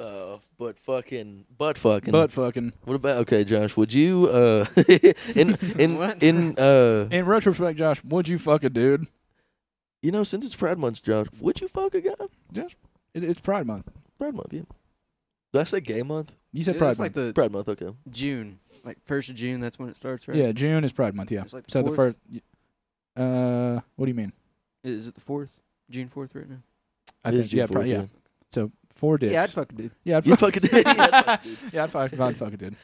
Speaker 1: Uh, but fucking, but fucking,
Speaker 2: But fucking.
Speaker 1: What about okay, Josh? Would you uh in in
Speaker 3: What?
Speaker 1: in uh
Speaker 2: In retrospect, Josh, would you fuck a dude?
Speaker 1: you know since it's Pride Month, Josh, would you fuck a guy?
Speaker 2: It, it's Pride Month.
Speaker 1: Pride Month, yeah. Did I say Gay Month?
Speaker 2: You said
Speaker 3: It's
Speaker 2: Pride Month.
Speaker 3: like the
Speaker 1: Pride Month, okay.
Speaker 3: June, like first of June. That's when it starts, right?
Speaker 2: Yeah, June is Pride Month. Yeah.
Speaker 3: It's like the
Speaker 2: so the
Speaker 3: fourth.
Speaker 2: first. Uh, what do you mean?
Speaker 3: Is it the fourth? June fourth, right now.
Speaker 2: I
Speaker 1: It is June
Speaker 2: yeah, Pri-
Speaker 1: 4th,
Speaker 2: yeah.
Speaker 1: yeah.
Speaker 2: So four dicks.
Speaker 3: Yeah, I'd fuck a dude.
Speaker 2: yeah, I'd
Speaker 1: You
Speaker 2: fuck,
Speaker 1: fucking did. Yeah,
Speaker 2: yeah, I'd fuck, I'd fuck a dude.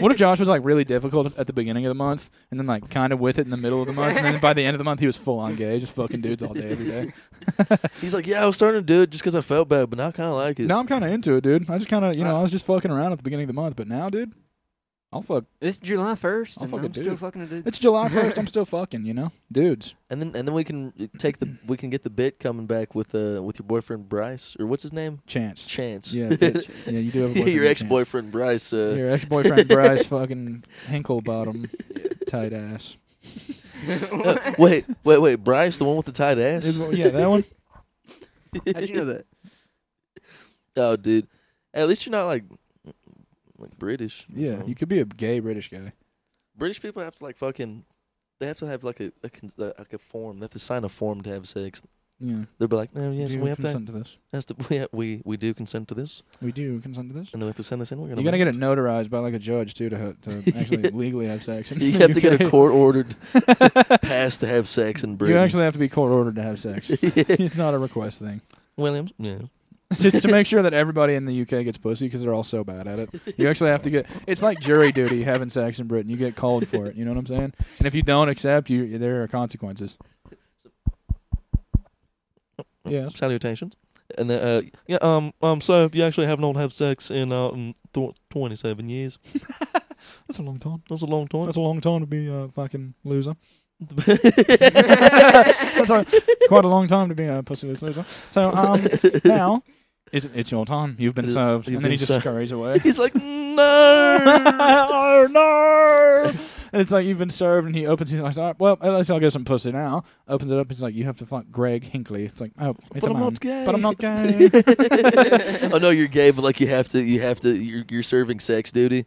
Speaker 2: What if Josh was like really difficult at the beginning of the month, and then like kind of with it in the middle of the month, and then by the end of the month he was full on gay, just fucking dudes all day every day.
Speaker 1: He's like, yeah, I was starting to do it just because I felt bad, but now I kind of like it.
Speaker 2: Now I'm kind of into it, dude. I just kind of you know I was just fucking around at the beginning of the month, but now, dude, I'll fuck.
Speaker 3: It's July 1st,
Speaker 2: I'll
Speaker 3: and
Speaker 2: fuck a
Speaker 3: I'm still
Speaker 2: dude.
Speaker 3: fucking a dude.
Speaker 2: It's July first. I'm still fucking. You know, dudes.
Speaker 1: And then and then we can take the we can get the bit coming back with uh with your boyfriend Bryce or what's his name
Speaker 2: Chance.
Speaker 1: Chance.
Speaker 2: Yeah, bitch. yeah. You do have a boyfriend
Speaker 1: your
Speaker 2: named
Speaker 1: ex boyfriend Bryce.
Speaker 2: Chance.
Speaker 1: Uh,
Speaker 2: Your ex boyfriend Bryce, fucking hinkle bottom, tight ass.
Speaker 1: uh, wait, wait, wait, Bryce, the one with the tight ass.
Speaker 2: Is- yeah, that one.
Speaker 3: How'd you know that?
Speaker 1: Oh, dude, at least you're not like like British. or
Speaker 2: Yeah,
Speaker 1: something.
Speaker 2: you could be a gay British guy.
Speaker 1: British people have to like fucking. They have to have like a, a con- uh, like a form. They have to sign a form to have sex.
Speaker 2: Yeah.
Speaker 1: They'll be like, no, yes,
Speaker 2: do
Speaker 1: we have to.
Speaker 2: consent to this.
Speaker 1: Has to we, have, we we do consent to this,
Speaker 2: We do consent to this.
Speaker 1: and they have to send this in. We're gonna.
Speaker 2: You're gonna get it notarized by like a judge too to to actually legally have sex. in
Speaker 1: You
Speaker 2: the
Speaker 1: have to get a
Speaker 2: UK.
Speaker 1: court ordered pass to have sex in Britain.
Speaker 2: You actually have to be court ordered to have sex. it's not a request thing.
Speaker 1: Williams, yeah.
Speaker 2: It's just to make sure that everybody in the UK gets pussy because they're all so bad at it. You actually have to get. It's like jury duty having sex in Britain. You get called for it. You know what I'm saying? And if you don't accept, you there are consequences. Yes.
Speaker 1: Salutations. And then, uh, yeah, um, um, so you actually have not had sex in uh, um, tw- 27 years.
Speaker 2: That's a long time.
Speaker 1: That's a long time.
Speaker 2: That's a long time to be a fucking loser.
Speaker 1: That's
Speaker 2: That's a, quite a long time to be a pussy loser. So um, now it's it's your time. You've been
Speaker 1: You've
Speaker 2: served. and
Speaker 1: been
Speaker 2: then he just
Speaker 1: served.
Speaker 2: scurries away.
Speaker 1: He's like, no.
Speaker 2: oh no! And it's like you've been served, and he opens. it and He's like, "Well, at least I'll get some pussy now." Opens it up. He's like, "You have to fuck Greg Hinkley." It's like, "Oh, it's
Speaker 1: but
Speaker 2: a
Speaker 1: I'm
Speaker 2: man.
Speaker 1: not gay.
Speaker 2: But I'm not gay.
Speaker 1: oh no, you're gay, but like you have to, you have to, you're, you're serving sex duty,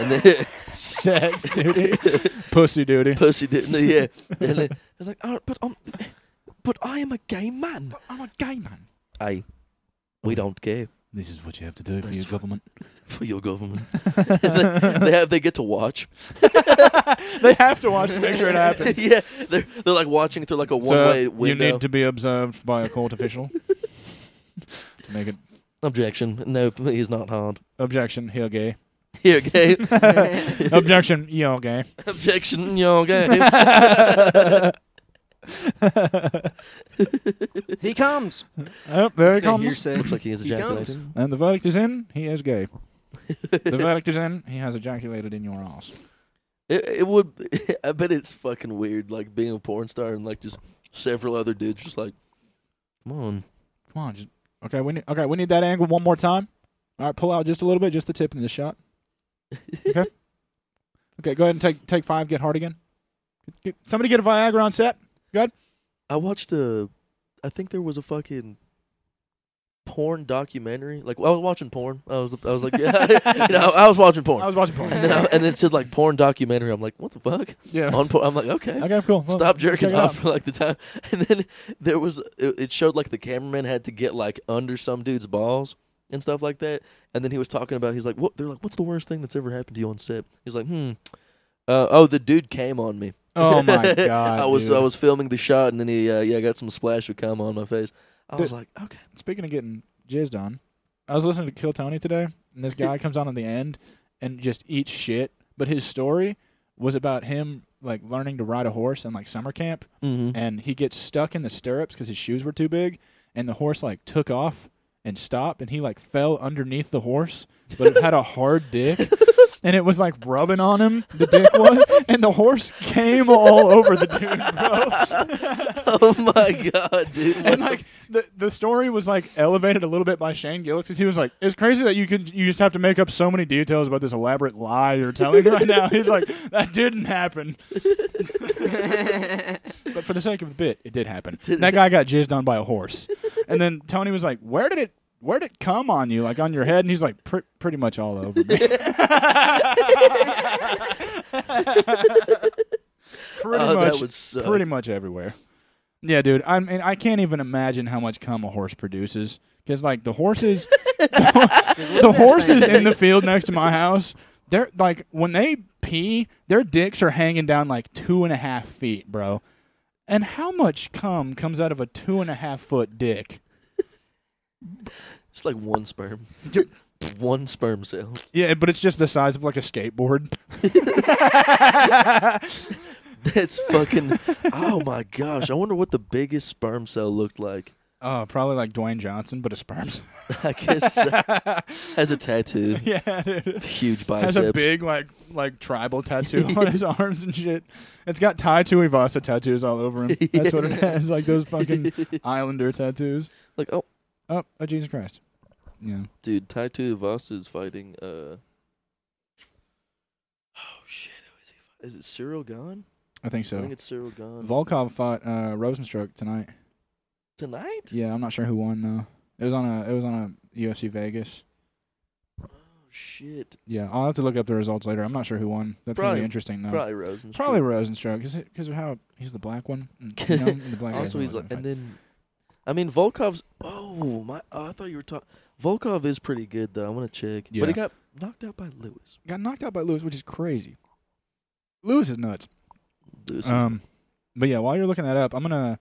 Speaker 1: and then
Speaker 2: Sex duty, pussy duty."
Speaker 1: pussy duty. No, yeah, and then it's like, oh, but I'm, but I am a gay man.
Speaker 2: I'm a gay man.
Speaker 1: I, we don't care
Speaker 2: This is what you have to do
Speaker 1: That's
Speaker 2: government.
Speaker 1: for your government. they, they have, they get to watch.
Speaker 2: They have to watch to make sure it happens.
Speaker 1: yeah, they're they're like watching through like a one
Speaker 2: Sir,
Speaker 1: way
Speaker 2: you
Speaker 1: window.
Speaker 2: need to be observed by a court official to make it.
Speaker 1: Objection. No, he's not hard.
Speaker 2: Objection, he'll gay.
Speaker 1: Here, gay.
Speaker 2: Objection, you're gay.
Speaker 1: Objection. You're gay.
Speaker 3: He comes.
Speaker 2: Oh, there he
Speaker 3: Thing
Speaker 2: comes.
Speaker 3: hearsay.
Speaker 1: Looks like he is
Speaker 3: He comes.
Speaker 1: ejaculating.
Speaker 2: And the verdict is in. He is gay. the verdict is in. He has ejaculated in your ass.
Speaker 1: It, it would. I bet it's fucking weird, like being a porn star and like just several other dudes, just like, come on.
Speaker 2: Come on, just okay. We need okay. We need that angle one more time. All right, pull out just a little bit, just the tip in this shot. Okay. Okay, go ahead and take take five. Get hard again. Get- somebody get a Viagra on set.
Speaker 1: I watched a. I think there was a fucking porn documentary. Like I was watching porn. I was. I was like, yeah. you know, I was watching porn.
Speaker 2: I was watching porn.
Speaker 1: and then I, and it said like porn documentary. I'm like, what the fuck?
Speaker 2: yeah.
Speaker 1: On porn. I'm like, okay.
Speaker 2: Okay, cool. Well,
Speaker 1: Stop jerking
Speaker 2: check it
Speaker 1: off for like the time, and then there was it, it showed like the cameraman had to get like under some dude's balls and stuff like that, and then he was talking about he's like, what? They're like, what's the worst thing that's ever happened to you on set? He's like, hmm, uh, oh, the dude came on me.
Speaker 2: Oh my god.
Speaker 1: I was
Speaker 2: dude.
Speaker 1: I was filming the shot, and then he uh, yeah got some splash of cum on my face. I was
Speaker 2: Dude.
Speaker 1: like, okay,
Speaker 2: Speaking of getting jizzed on, I was listening to Kill Tony today, and this guy comes on at the end and just eats shit. But his story was about him like learning to ride a horse in like summer camp,
Speaker 1: mm-hmm.
Speaker 2: and he gets stuck in the stirrups because his shoes were too big, and the horse like took off and stopped, and he like fell underneath the horse, but it had a hard dick. And it was like rubbing on him, the dick was, and the horse came all over the dude, bro
Speaker 1: oh my god, dude,
Speaker 2: and like the the story was like elevated a little bit by Shane Gillis because he was like, "It's crazy that you could you just have to make up so many details about this elaborate lie you're telling right now." He's like, "That didn't happen," but for the sake of the bit, it did happen. That guy got jizzed on by a horse, and then Tony was like, "Where did it?" Where did it come on you, like on your head? And he's like, Pr- pretty much all over me. pretty
Speaker 1: oh,
Speaker 2: much
Speaker 1: that would suck.
Speaker 2: pretty much everywhere. Yeah, dude. I mean, I can't even imagine how much cum a horse produces because, like, the horses, the horses in the field next to my house, they're like when they pee, their dicks are hanging down like two and a half feet, bro. And how much cum comes out of a two and a half foot dick?
Speaker 1: It's like one sperm, one sperm cell.
Speaker 2: Yeah, but it's just the size of like a skateboard.
Speaker 1: That's fucking. oh my gosh! I wonder what the biggest sperm cell looked like.
Speaker 2: Oh, probably like Dwayne Johnson, but a sperm. cell.
Speaker 1: I guess uh, has a tattoo,
Speaker 2: yeah, dude.
Speaker 1: huge biceps.
Speaker 2: Has a big like like tribal tattoo on his arms and shit. It's got Tai Tuivasa tattoos all over him. That's what it has. Like those fucking Islander tattoos.
Speaker 1: like oh,
Speaker 2: Oh, oh Jesus Christ. Yeah.
Speaker 1: dude, Tattoo Voss is fighting. Uh, oh shit! Who is he? Fight? Is it Cyril Gone?
Speaker 2: I think
Speaker 1: I think
Speaker 2: so.
Speaker 1: it's Cyril Gone.
Speaker 2: Volkov fought uh, Rosenstroke tonight.
Speaker 1: Tonight?
Speaker 2: Yeah, I'm not sure who won though. It was on a it was on a UFC Vegas.
Speaker 1: Oh shit!
Speaker 2: Yeah, I'll have to look up the results later. I'm not sure who won. That's gonna
Speaker 1: Probably-
Speaker 2: be interesting though.
Speaker 1: Probably Rosen.
Speaker 2: Probably Rosenstroke because of how he's the black one. and, you know, and the black guy
Speaker 1: Also,
Speaker 2: won
Speaker 1: he's
Speaker 2: that
Speaker 1: like,
Speaker 2: fight.
Speaker 1: and then, I mean, Volkov's. Oh my! Oh, I thought you were talking. Volkov is pretty good though. I'm gonna check. But
Speaker 2: Yeah.
Speaker 1: he got knocked out by Lewis.
Speaker 2: got knocked out by Lewis, which is crazy. Lewis is nuts.
Speaker 1: Lewis is-
Speaker 2: Um, but yeah, while you're looking that up, I'm gonna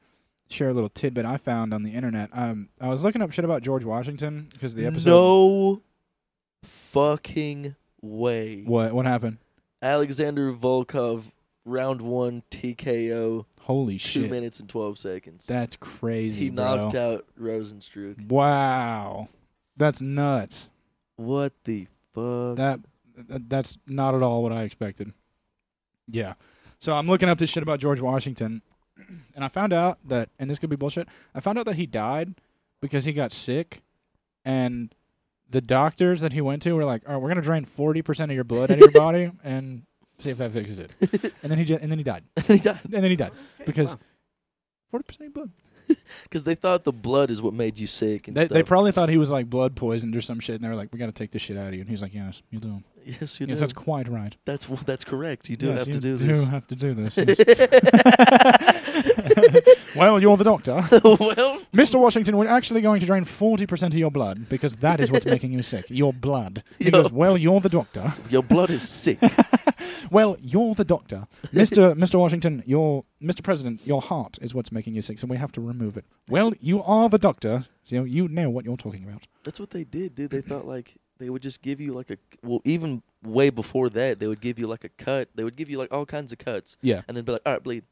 Speaker 2: share a little tidbit I found on the internet. Um, I was looking up shit about George Washington because the episode.
Speaker 1: No fucking way.
Speaker 2: What what happened?
Speaker 1: Alexander Volkov, round one TKO,
Speaker 2: Holy
Speaker 1: two
Speaker 2: shit!
Speaker 1: minutes and twelve seconds.
Speaker 2: That's crazy.
Speaker 1: he
Speaker 2: bro.
Speaker 1: knocked out Rosenstruck.
Speaker 2: Wow, that's nuts.
Speaker 1: What the fuck?
Speaker 2: That th- that's not at all what I expected. Yeah. So I'm looking up this shit about George Washington, and I found out that, and this could be bullshit. I found out that he died because he got sick, and the doctors that he went to were like, "All right, we're gonna drain forty percent of your blood out of your body and see if that fixes it." And then he just, and then he died,
Speaker 1: he died
Speaker 2: and then he died because
Speaker 3: wow.
Speaker 2: forty percent of your blood.
Speaker 1: because they thought the blood is what made you sick. And
Speaker 2: They,
Speaker 1: stuff.
Speaker 2: they probably thought he was like blood poisoned or some shit, and they were like, "We gotta take this shit out of you." And he's like, "Yes, you do.
Speaker 1: yes, you
Speaker 2: yes,
Speaker 1: do.
Speaker 2: that's quite right."
Speaker 1: That's wh- that's correct. You do
Speaker 2: Yes,
Speaker 1: have
Speaker 2: you
Speaker 1: to do,
Speaker 2: do have to do this. Yes.
Speaker 1: this.
Speaker 2: well, you're the doctor.
Speaker 1: well,
Speaker 2: Mr. Washington, we're actually going to drain 40% of your blood because that is what's making you sick. Your blood. He
Speaker 1: Your-
Speaker 2: goes, Well, you're the doctor.
Speaker 1: your blood is sick.
Speaker 2: Well, you're the doctor. Mr. Mr. Washington, your Mr. President, your heart is what's making you sick, so we have to remove it. Well, you are the doctor, so you know what you're talking about.
Speaker 1: That's what they did, dude. They thought like they would just give you like a well, even way before that, they would give you like a cut. They would give you like all kinds of cuts,
Speaker 2: Yeah.
Speaker 1: and then be like, all right, bleed,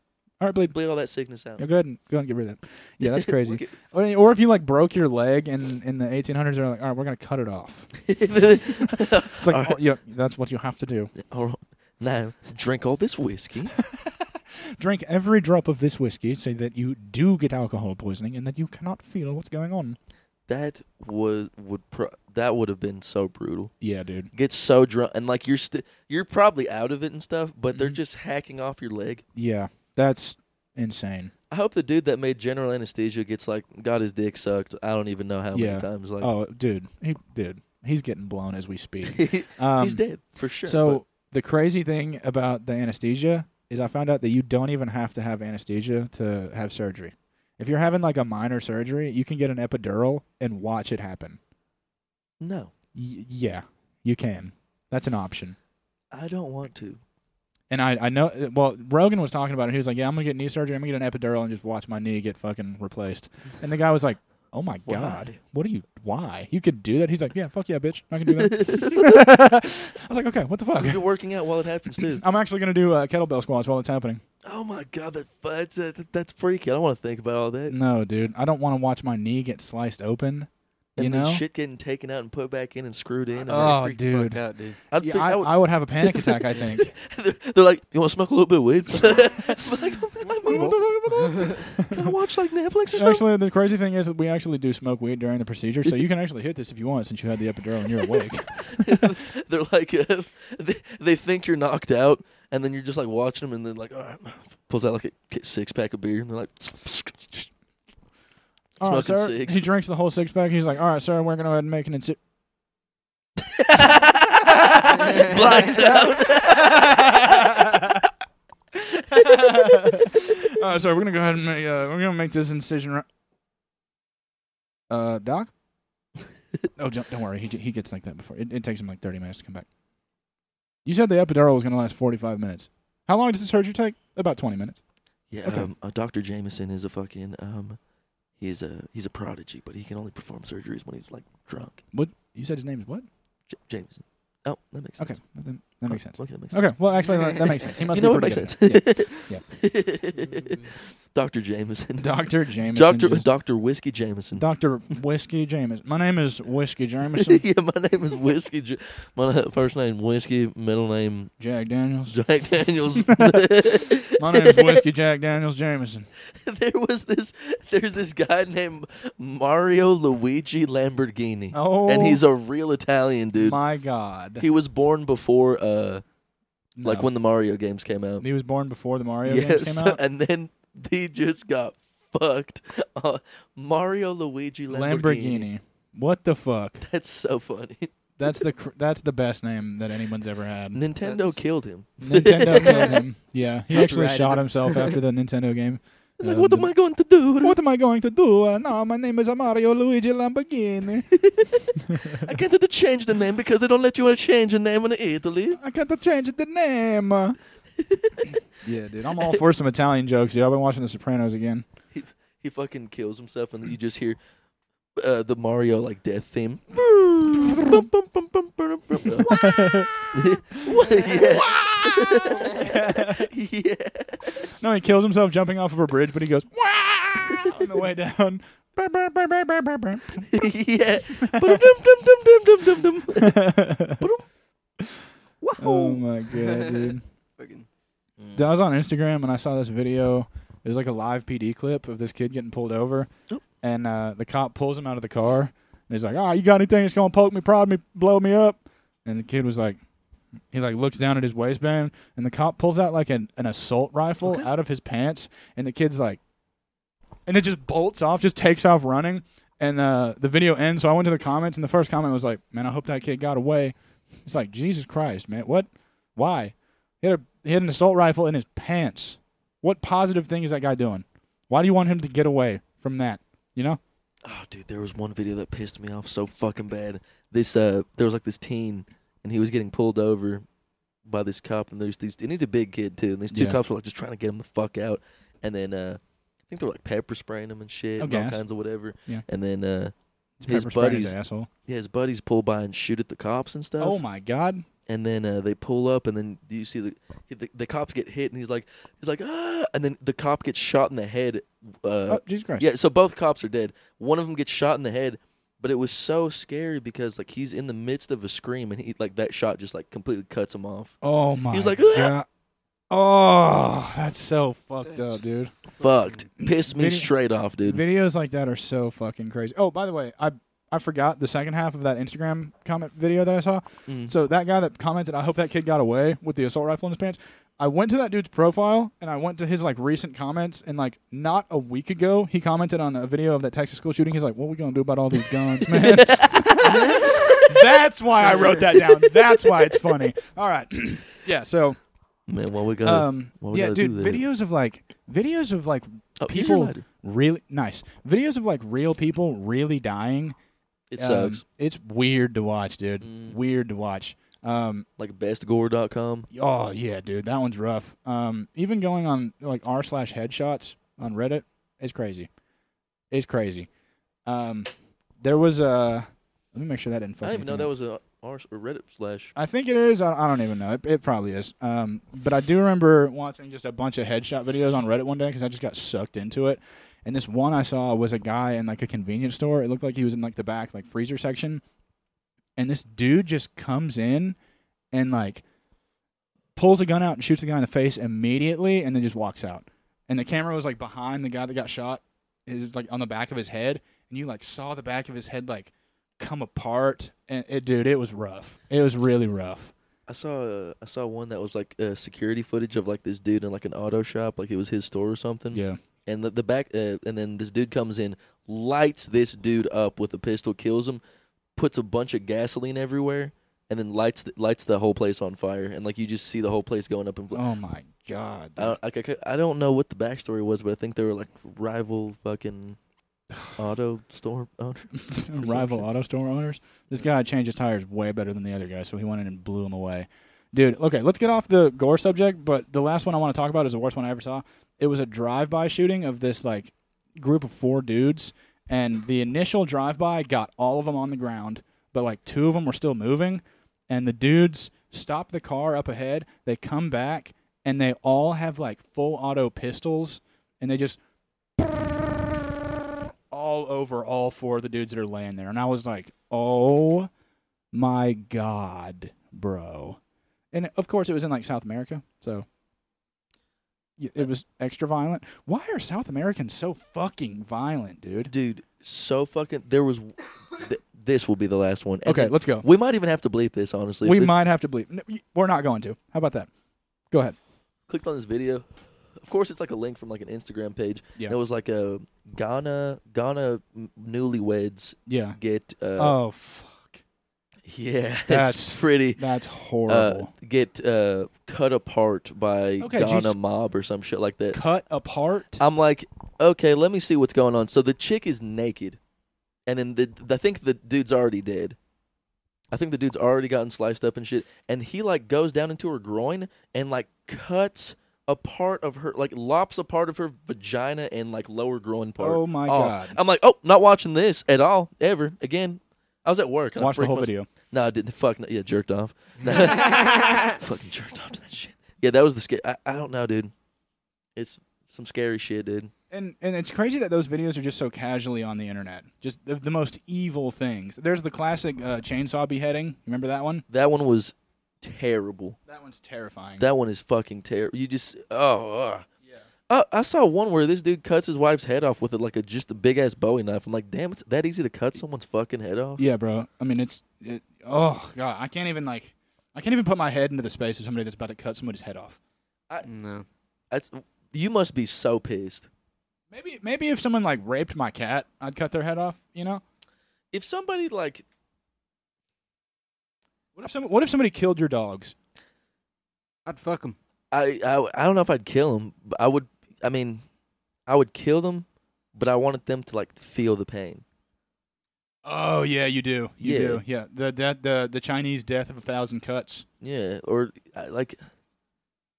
Speaker 2: All right, bleed.
Speaker 1: bleed all that sickness out.
Speaker 2: Yeah, go ahead and go ahead and get rid of that. Yeah, that's crazy.
Speaker 1: Okay.
Speaker 2: or, or if you like broke your leg in, in the 1800s, they're like, all right, we're going to cut it off. It's like,
Speaker 1: All right.
Speaker 2: oh, yeah, that's what you have to do.
Speaker 1: All right. Now drink all this whiskey.
Speaker 2: Drink every drop of this whiskey so that you do get alcohol poisoning and that you cannot feel what's going on.
Speaker 1: That was would pro- that would have been so brutal.
Speaker 2: Yeah, dude.
Speaker 1: Get so drunk and like you're st- you're probably out of it and stuff, but they're
Speaker 2: Mhm.
Speaker 1: just hacking off your leg.
Speaker 2: Yeah, that's insane.
Speaker 1: I hope the dude that made general anesthesia gets like got his dick sucked. I don't even know how
Speaker 2: Yeah.
Speaker 1: many times. Like
Speaker 2: Oh, dude, he dude, he's getting blown as we speak. Um,
Speaker 1: he's dead for sure.
Speaker 2: so the crazy thing about the anesthesia is I found out that you don't even have to have anesthesia to have surgery. If you're having like a minor surgery, you can get an epidural and watch it happen.
Speaker 1: but no,
Speaker 2: Y- yeah, you can. That's an option.
Speaker 1: I don't want to.
Speaker 2: And I, I know, well, Rogan was talking about it. He was like, Yeah, I'm going to get knee surgery. I'm going to get an epidural and just watch my knee get fucking replaced. And the guy was like, Oh my
Speaker 1: Why?
Speaker 2: God. What are you, why? You could do that? He's like, Yeah, fuck yeah, bitch. I can do that. I was like, Okay, what the fuck?
Speaker 1: You're working out while it happens too.
Speaker 2: I'm actually going to do uh, kettlebell squats while it's happening.
Speaker 1: oh my god, that that's uh, that, that's freaky. I don't want to think about all that.
Speaker 2: No, dude. I don't want to watch my knee get sliced open.
Speaker 1: And
Speaker 2: You
Speaker 1: then
Speaker 2: know?
Speaker 1: shit getting taken out and put back in and screwed in. And
Speaker 2: Oh,
Speaker 1: everything.
Speaker 3: Fucked
Speaker 2: dude.
Speaker 3: out, dude.
Speaker 1: I'd
Speaker 2: Yeah,
Speaker 1: think-
Speaker 2: I,
Speaker 1: I would-
Speaker 2: I would have a panic attack, I think.
Speaker 1: They're like, you want to smoke a little bit of weed? I'm like, can I watch like Netflix or something?
Speaker 2: Actually, the crazy thing is that we actually do smoke weed during the procedure, so you can actually hit this if you want since you had the epidural and you're awake.
Speaker 1: They're like, uh, they, they think you're knocked out, and then you're just like watching them, and then like, all right, pulls out like a ki- six pack of beer, and they're like,
Speaker 2: All right,
Speaker 1: Smoking
Speaker 2: sir.
Speaker 1: six.
Speaker 2: He drinks the whole six pack. He's like, all right, sir, we're going to go ahead and make an inci-
Speaker 1: blacks out.
Speaker 2: All right, sir, we're going to go ahead and make, uh, we're going to make this incision. Ra- uh, Doc? oh, don't, don't worry. He, he gets like that before. It, it takes him like 30 minutes to come back. You said the epidural was going to last 45 minutes. How long does the surgery take? About 20 minutes.
Speaker 1: Yeah,
Speaker 2: Okay.
Speaker 1: um, uh, Doctor Jameson is a fucking um, he's a he's a prodigy, but he can only perform surgeries when he's like drunk.
Speaker 2: What you said his name is what?
Speaker 1: J- Jameson. Oh, that makes sense.
Speaker 2: Okay, that, that- that makes sense.
Speaker 1: Okay, that makes sense.
Speaker 2: Okay, well actually that, that makes sense. He
Speaker 1: you
Speaker 2: must
Speaker 1: know
Speaker 2: be
Speaker 1: what makes
Speaker 2: pretty
Speaker 1: sense?
Speaker 2: good.
Speaker 1: Doctor Jameson.
Speaker 2: Yeah. Doctor Jameson.
Speaker 1: Doctor
Speaker 2: just-
Speaker 1: Doctor Whiskey Jameson.
Speaker 2: Doctor Whiskey Jameson. My name is Whiskey Jameson.
Speaker 1: yeah, my name is Whiskey. J- my na- first name Whiskey, middle name
Speaker 2: Jack Daniels.
Speaker 1: Jack Daniels.
Speaker 2: My name is Whiskey Jack Daniels Jameson.
Speaker 1: there was this. There's this guy named Mario Luigi Lamborghini,
Speaker 2: Oh,
Speaker 1: and he's a real Italian dude.
Speaker 2: my God.
Speaker 1: He was born before, uh, like
Speaker 2: No.
Speaker 1: when the Mario games came out.
Speaker 2: he was born before the Mario games
Speaker 1: Yes,
Speaker 2: came out.
Speaker 1: and then he just got fucked. Uh, Mario Luigi Lamborghini.
Speaker 2: Lamborghini. What the fuck?
Speaker 1: That's so funny.
Speaker 2: That's the cr- that's the best name that anyone's ever had.
Speaker 1: Nintendo
Speaker 3: That's-
Speaker 1: killed him.
Speaker 2: Nintendo killed him. Yeah, he actually
Speaker 3: Copyrighted
Speaker 2: shot
Speaker 3: him.
Speaker 2: himself after the Nintendo game.
Speaker 1: Like,
Speaker 2: Uh,
Speaker 1: what am I going to do?
Speaker 2: What am I going to do? Uh, no, my name is Mario Luigi Lamborghini.
Speaker 1: I can't to change the name because they don't let you uh, change the name in Italy.
Speaker 2: I got to change the name. yeah, dude, I'm all for some Italian jokes. Dude, I've been watching The Sopranos again.
Speaker 1: He fucking kills himself, and you just hear uh, the Mario like death theme. yeah. yeah.
Speaker 2: No, he kills himself jumping off of a bridge, but he goes "Wah!" on the way down.
Speaker 1: yeah. Ba-dum-dum-dum-dum-dum-dum-dum.
Speaker 2: oh my god, dude.
Speaker 3: Fucking
Speaker 2: Dude, I was on Instagram and I saw this video. It was like a live PD clip of this kid getting pulled over,
Speaker 1: Oh.
Speaker 2: and uh, the cop pulls him out of the car. And he's like, "Ah, you got anything that's gonna poke me, prod me, blow me up?" And the kid was like, he like looks down at his waistband, and the cop pulls out like an, an assault rifle
Speaker 1: Okay.
Speaker 2: out of his pants, and the kid's like, and it just bolts off, just takes off running, and uh, the video ends. So I went to the comments, and the first comment was like, "Man, I hope that kid got away." It's like Jesus Christ, man, what? Why? He had, a, he had an assault rifle in his pants. What positive thing is that guy doing? Why do you want him to get away from that? You know?
Speaker 1: Oh, dude, there was one video that pissed me off so fucking bad. This uh, there was like this teen, and he was getting pulled over by this cop, and there's these, and he's a big kid too, and these two
Speaker 2: Yeah.
Speaker 1: cops were like just trying to get him the fuck out, and then uh, I think they were like pepper spraying him and shit,
Speaker 2: Oh,
Speaker 1: and all
Speaker 2: gas.
Speaker 1: kinds of whatever,
Speaker 2: Yeah.
Speaker 1: and then uh,
Speaker 2: It's
Speaker 1: his
Speaker 2: pepper spraying his
Speaker 1: buddies,
Speaker 2: asshole.
Speaker 1: yeah, his buddies pull by and shoot at the cops and stuff,
Speaker 2: Oh my God!
Speaker 1: and then uh, they pull up, and then you see the, the the cops get hit, and he's like, he's like, ah, and then the cop gets shot in the head, uh,
Speaker 2: oh Jesus Christ!
Speaker 1: yeah, so both cops are dead. One of them gets shot in the head, but it was so scary because like he's in the midst of a scream and he like that shot just like completely cuts him off.
Speaker 2: Oh my.
Speaker 1: was like, "Ah!"
Speaker 2: God. Oh, that's so fucked
Speaker 3: That's
Speaker 2: up, dude.
Speaker 1: Fucked. Pissed me
Speaker 2: Vinny-
Speaker 1: straight off, dude.
Speaker 2: Videos like that are so fucking crazy. Oh, by the way, I I forgot the second half of that Instagram comment video that I saw.
Speaker 1: Mm.
Speaker 2: So that guy that commented, I hope that kid got away with the assault rifle in his pants. I went to that dude's profile and I went to his like recent comments and like not a week ago he commented on a video of that Texas school shooting. He's like, "What we gonna do about all these guns, man?" That's why I wrote that down. That's why it's funny. All right, yeah. So,
Speaker 1: Man, well we got
Speaker 2: um,
Speaker 1: well, we
Speaker 2: yeah,
Speaker 1: gotta
Speaker 2: dude,
Speaker 1: do that.
Speaker 2: videos of like videos of like
Speaker 1: oh, here's your
Speaker 2: people
Speaker 1: lighter.
Speaker 2: really nice videos of like real people really dying.
Speaker 1: It
Speaker 2: um,
Speaker 1: sucks.
Speaker 2: It's weird to watch, dude.
Speaker 1: Mm.
Speaker 2: Weird to watch. Um,
Speaker 1: Like bestgore.com.
Speaker 2: Oh yeah, dude, that one's rough. Um, even going on like r slash headshots on Reddit is crazy. It's crazy. Um, there was a. Let me make sure that didn't.
Speaker 1: I
Speaker 2: fuck
Speaker 1: didn't even know
Speaker 2: anything
Speaker 1: that
Speaker 2: up.
Speaker 1: was a R or Reddit slash
Speaker 2: I think it is. I, I don't even know. It, it probably is. Um, but I do remember watching just a bunch of headshot videos on Reddit one day because I just got sucked into it. And this one I saw was a guy in like a convenience store. It looked like he was in like the back like freezer section, and this dude just comes in and like pulls a gun out and shoots the guy in the face immediately, and then just walks out. And the camera was like behind the guy that got shot. It was like on the back of his head, and you like saw the back of his head like come apart. And it, dude, it was rough. It was really rough.
Speaker 1: I saw uh, I saw one that was like uh, security footage of like this dude in like an auto shop, like it was his store or something.
Speaker 2: Yeah.
Speaker 1: and the, the back uh, and then this dude comes in lights this dude up with a pistol kills him puts a bunch of gasoline everywhere and then lights the, lights the whole place on fire and like you just see the whole place going up in flames
Speaker 2: Oh my god.
Speaker 1: I, don't, like, I, cou- I don't know what the backstory was but i think they were like rival fucking auto store owner
Speaker 2: Rival auto store owners. This guy changed his tires way better than the other guy, so he went in and blew him away. Dude, okay, let's get off the gore subject, but the last one I want to talk about is the worst one I ever saw. It was a drive-by shooting of this like group of four dudes, and the initial drive by got all of them on the ground, but like two of them were still moving, and the dudes stop the car up ahead. They come back, and they all have like full auto pistols, and they just all over all four of the dudes that are laying there. And I was like, oh my god, bro. And of course, it was in like South America, so y- it was extra violent. Why are South Americans so fucking violent, dude?
Speaker 1: dude. So fucking. There was. Th- this will be the last one. And
Speaker 2: Okay,
Speaker 1: then-
Speaker 2: let's go.
Speaker 1: we might even have to bleep this. Honestly, If
Speaker 2: We
Speaker 1: they
Speaker 2: might have to bleep. No, y- We're not going to. How about that? Go ahead.
Speaker 1: clicked on this video. Of course, it's like a link from like an Instagram page.
Speaker 2: Yeah.
Speaker 1: And it was like a Ghana Ghana m- newlyweds
Speaker 2: Yeah.
Speaker 1: get. Uh,
Speaker 2: oh, fuck.
Speaker 1: yeah,
Speaker 2: that's-
Speaker 1: it's pretty.
Speaker 2: That's
Speaker 1: Uh,
Speaker 2: horrible.
Speaker 1: get uh, cut apart by
Speaker 2: Okay,
Speaker 1: Ghana
Speaker 2: just-
Speaker 1: mob or some shit like that.
Speaker 2: Cut apart.
Speaker 1: I'm like, okay, let me see what's going on. So the chick is naked, and then the I think the dude's already dead. I think the dude's already gotten sliced up and shit, and he like goes down into her groin and like cuts a part of her, like lops a part of her vagina and like lower groin part.
Speaker 2: oh my
Speaker 1: off.
Speaker 2: god.
Speaker 1: I'm like, oh, not watching this at all, ever again. I was at work. And I
Speaker 2: Watch the
Speaker 1: freaked
Speaker 2: whole
Speaker 1: myself-
Speaker 2: video.
Speaker 1: No, I didn't. Fuck. No, yeah, jerked off.
Speaker 3: yeah,
Speaker 1: Fucking jerked off to that shit. Yeah, that was the scare. I, I don't know, dude. It's some scary shit, dude.
Speaker 2: And and it's crazy that those videos are just so casually on the internet. Just the, the most evil things. There's the classic uh, chainsaw beheading. Remember that one?
Speaker 1: That one was terrible.
Speaker 2: That one's terrifying.
Speaker 1: That one is fucking terrible. You just oh. Ugh. Uh, I saw one where this dude cuts his wife's head off with it like a just a big ass Bowie knife. I'm like, damn, it's that easy to cut someone's fucking head off.
Speaker 2: yeah, bro. I mean, it's it, oh god. I can't even like. I can't even put my head into the space of somebody that's about to cut somebody's head off.
Speaker 3: no.
Speaker 1: That's you must be so pissed.
Speaker 2: Maybe maybe if someone like raped my cat, I'd cut their head off. You know.
Speaker 1: If somebody like
Speaker 2: What if some, What if somebody killed your dogs?
Speaker 3: I'd fuck him.
Speaker 1: I, I I don't know if I'd kill him. But I would. I mean, I would kill them, but I wanted them to like feel the pain.
Speaker 2: Oh yeah, you do. You
Speaker 1: Yeah.
Speaker 2: do. Yeah. The that the the Chinese death of a thousand cuts.
Speaker 1: Yeah, or I, like.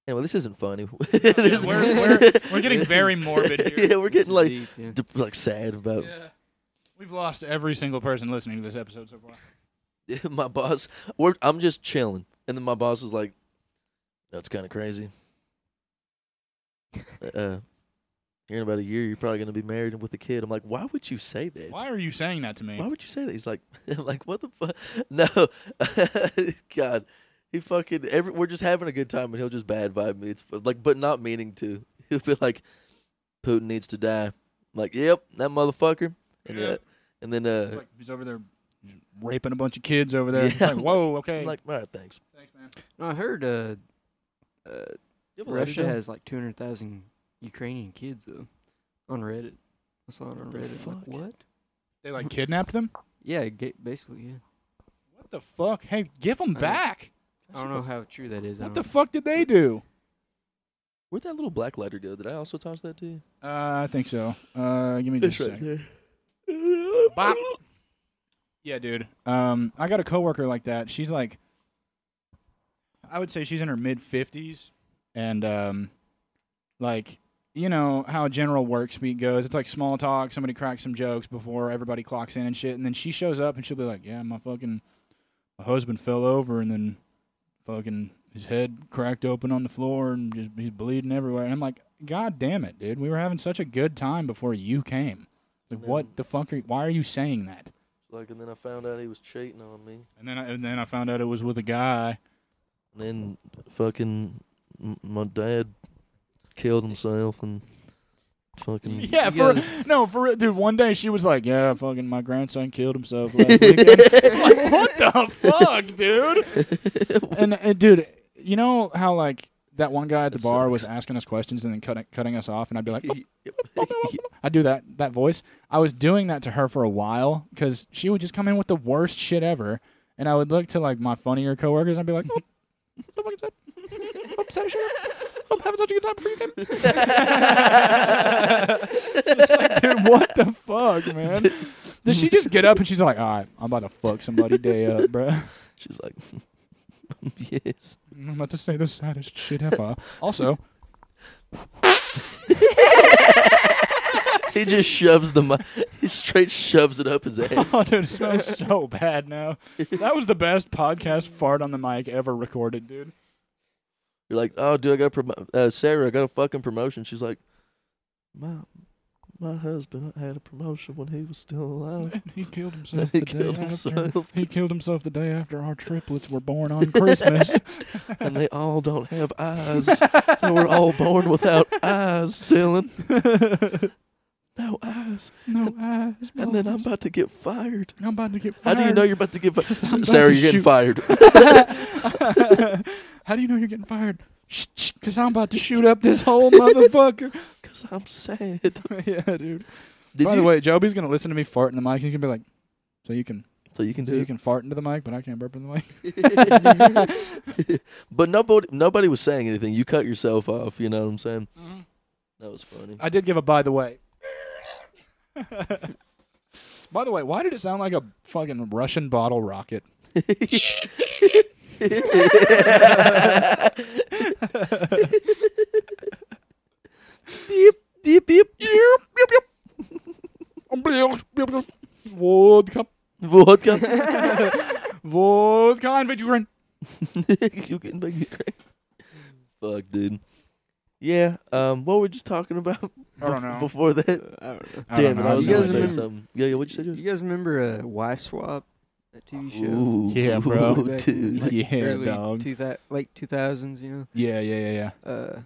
Speaker 1: Anyway, this isn't funny.
Speaker 2: yeah,
Speaker 1: This-
Speaker 3: we're- we're-
Speaker 2: we're getting
Speaker 3: This
Speaker 2: very
Speaker 3: is-
Speaker 2: morbid here.
Speaker 1: yeah, we're
Speaker 3: This
Speaker 1: getting
Speaker 3: is
Speaker 1: like
Speaker 3: deep, yeah.
Speaker 1: d- like sad about
Speaker 2: We've lost every single person listening to this episode so far.
Speaker 1: my boss. We're, I'm just chilling, and then my boss is like, "That's kind of crazy. Uh, here in about a year, you're probably gonna be married and with a kid." I'm like, "Why would you say that?
Speaker 2: Why are you saying that to me?
Speaker 1: Why would you say that?" He's like, "I'm like, what the fuck? No, God." He fucking every we're just having a good time and he'll just bad vibe me. It's fu- like, but not meaning to. He'll be like, "Putin needs to die." I'm like, "Yep, that motherfucker." And,
Speaker 2: Yeah.
Speaker 1: uh, and then uh,
Speaker 2: It's like he's over there raping a bunch of kids over there.
Speaker 1: Yeah.
Speaker 2: It's like, whoa, okay.
Speaker 1: I'm like, "All right, thanks."
Speaker 2: Thanks, man.
Speaker 3: No, I heard uh, uh,
Speaker 1: Yeah, but let it
Speaker 3: Russia
Speaker 1: go.
Speaker 3: has like 200,000 Ukrainian kids though on Reddit. I saw it on
Speaker 1: What the
Speaker 3: Reddit. I'm
Speaker 1: fuck?
Speaker 3: Like, what?
Speaker 2: They like kidnapped them?
Speaker 3: Yeah, ga- basically, yeah.
Speaker 2: What the fuck? Hey, give them
Speaker 3: I-
Speaker 2: back.
Speaker 3: I don't know how true that is. I
Speaker 2: What the
Speaker 3: don't-
Speaker 2: fuck did they do?
Speaker 1: Where'd that little black letter go? Did I also toss that to you?
Speaker 2: Uh, I think so. Uh, give me just a second.
Speaker 1: there.
Speaker 2: Bop. Yeah, dude. Um, I got a coworker like that. She's like, I would say she's in her mid fifties, and um, like you know how general work speak goes. It's like small talk. Somebody cracks some jokes before everybody clocks in and shit, and then she shows up and she'll be like, "Yeah, my fucking my husband fell over and then fucking his head cracked open on the floor and just he's bleeding everywhere." And I'm like, "God damn it, dude! We were having such a good time before you came. Like, what the fuck? Are you, why are you saying that?"
Speaker 1: Like, and then I found out he was cheating on me.
Speaker 2: And then I, and then I found out it was with a guy.
Speaker 1: And then fucking m- my dad killed himself and fucking.
Speaker 2: Yeah,
Speaker 3: You
Speaker 2: for
Speaker 3: guys-
Speaker 2: no, for real, dude. One day she was like, "Yeah, fucking my grandson killed himself last weekend." like, what the fuck,
Speaker 3: Uh,
Speaker 2: dude? And, and dude, you know how like that one guy at the
Speaker 1: That
Speaker 2: bar was
Speaker 1: sucks.
Speaker 2: asking us questions and then cutting cutting us off, and I'd be like, "Oh,
Speaker 1: Yep.
Speaker 2: I do that that voice. I was doing that to her for a while because she would just come in with the worst shit ever, and I would look to like my funnier coworkers and I'd be like, oh, "So fucking sad. I'm sad as shit. I'm having such a good time before you came." Like, dude, what the fuck, man? Did she just get up and she's like, "All right, I'm about to fuck somebody day up, bro.
Speaker 1: She's like, yes.
Speaker 2: I'm about to say the saddest shit ever." Also,
Speaker 1: He just shoves the mi- he straight shoves it up his ass.
Speaker 2: Oh, dude, it smells so bad now. That was the best podcast fart on the mic ever recorded, dude.
Speaker 1: You're like, oh, dude, I got a promo- uh, Sarah. I got a fucking promotion. She's like, my my husband had a promotion when he was still alive.
Speaker 2: He killed
Speaker 1: Then
Speaker 2: himself.
Speaker 1: he
Speaker 2: the
Speaker 1: killed
Speaker 2: day
Speaker 1: himself,
Speaker 2: After, he killed himself the day after our triplets were born on Christmas.
Speaker 1: and they all don't have eyes. they were all born without eyes, Dylan. No eyes.
Speaker 2: no eyes.
Speaker 1: And then I'm about to get fired.
Speaker 2: I'm about to get
Speaker 1: How
Speaker 2: fired.
Speaker 1: do you know you're about to get fired?
Speaker 2: Because I'm about
Speaker 1: Sarah,
Speaker 2: to
Speaker 1: you're getting
Speaker 2: shoot-
Speaker 1: fired.
Speaker 2: How do you know you're getting fired? Because I'm about to shoot up this whole motherfucker.
Speaker 1: Because I'm sad. Did
Speaker 2: yeah, dude.
Speaker 1: you,
Speaker 2: By the way, Joby's gonna listen to me fart in the mic. He's gonna be like, "So you can,
Speaker 1: so you can
Speaker 2: so
Speaker 1: do
Speaker 2: you can fart into the mic, but I can't burp in the mic."
Speaker 1: it. but nobody, nobody was saying anything. You cut yourself off. You know what I'm saying?
Speaker 2: Mm-hmm.
Speaker 1: That was funny.
Speaker 2: I did give a by the way. by the way, why did it sound like a fucking Russian bottle rocket?
Speaker 1: Deep, deep.
Speaker 2: Vodka,
Speaker 1: Vodka.
Speaker 2: vodka, and Vidurin.
Speaker 1: you getting back Ukraine? Fuck, dude. Yeah. Um. What were we just talking about?
Speaker 2: I don't know.
Speaker 1: Before that,
Speaker 3: I don't know.
Speaker 1: damn it! I was
Speaker 3: You
Speaker 1: gonna
Speaker 3: guys
Speaker 1: say
Speaker 3: remember-
Speaker 1: something. Yeah. Yeah. Uh, What'd you say? Josh?
Speaker 3: You guys remember uh, Wife Swap, that TV show?
Speaker 1: Ooh,
Speaker 2: Yeah, bro.
Speaker 1: ooh, dude.
Speaker 2: Like- Yeah,
Speaker 3: early
Speaker 2: dog.
Speaker 3: Two thou- late two thousands, you
Speaker 2: Yeah, yeah, yeah, yeah.
Speaker 3: know. Uh,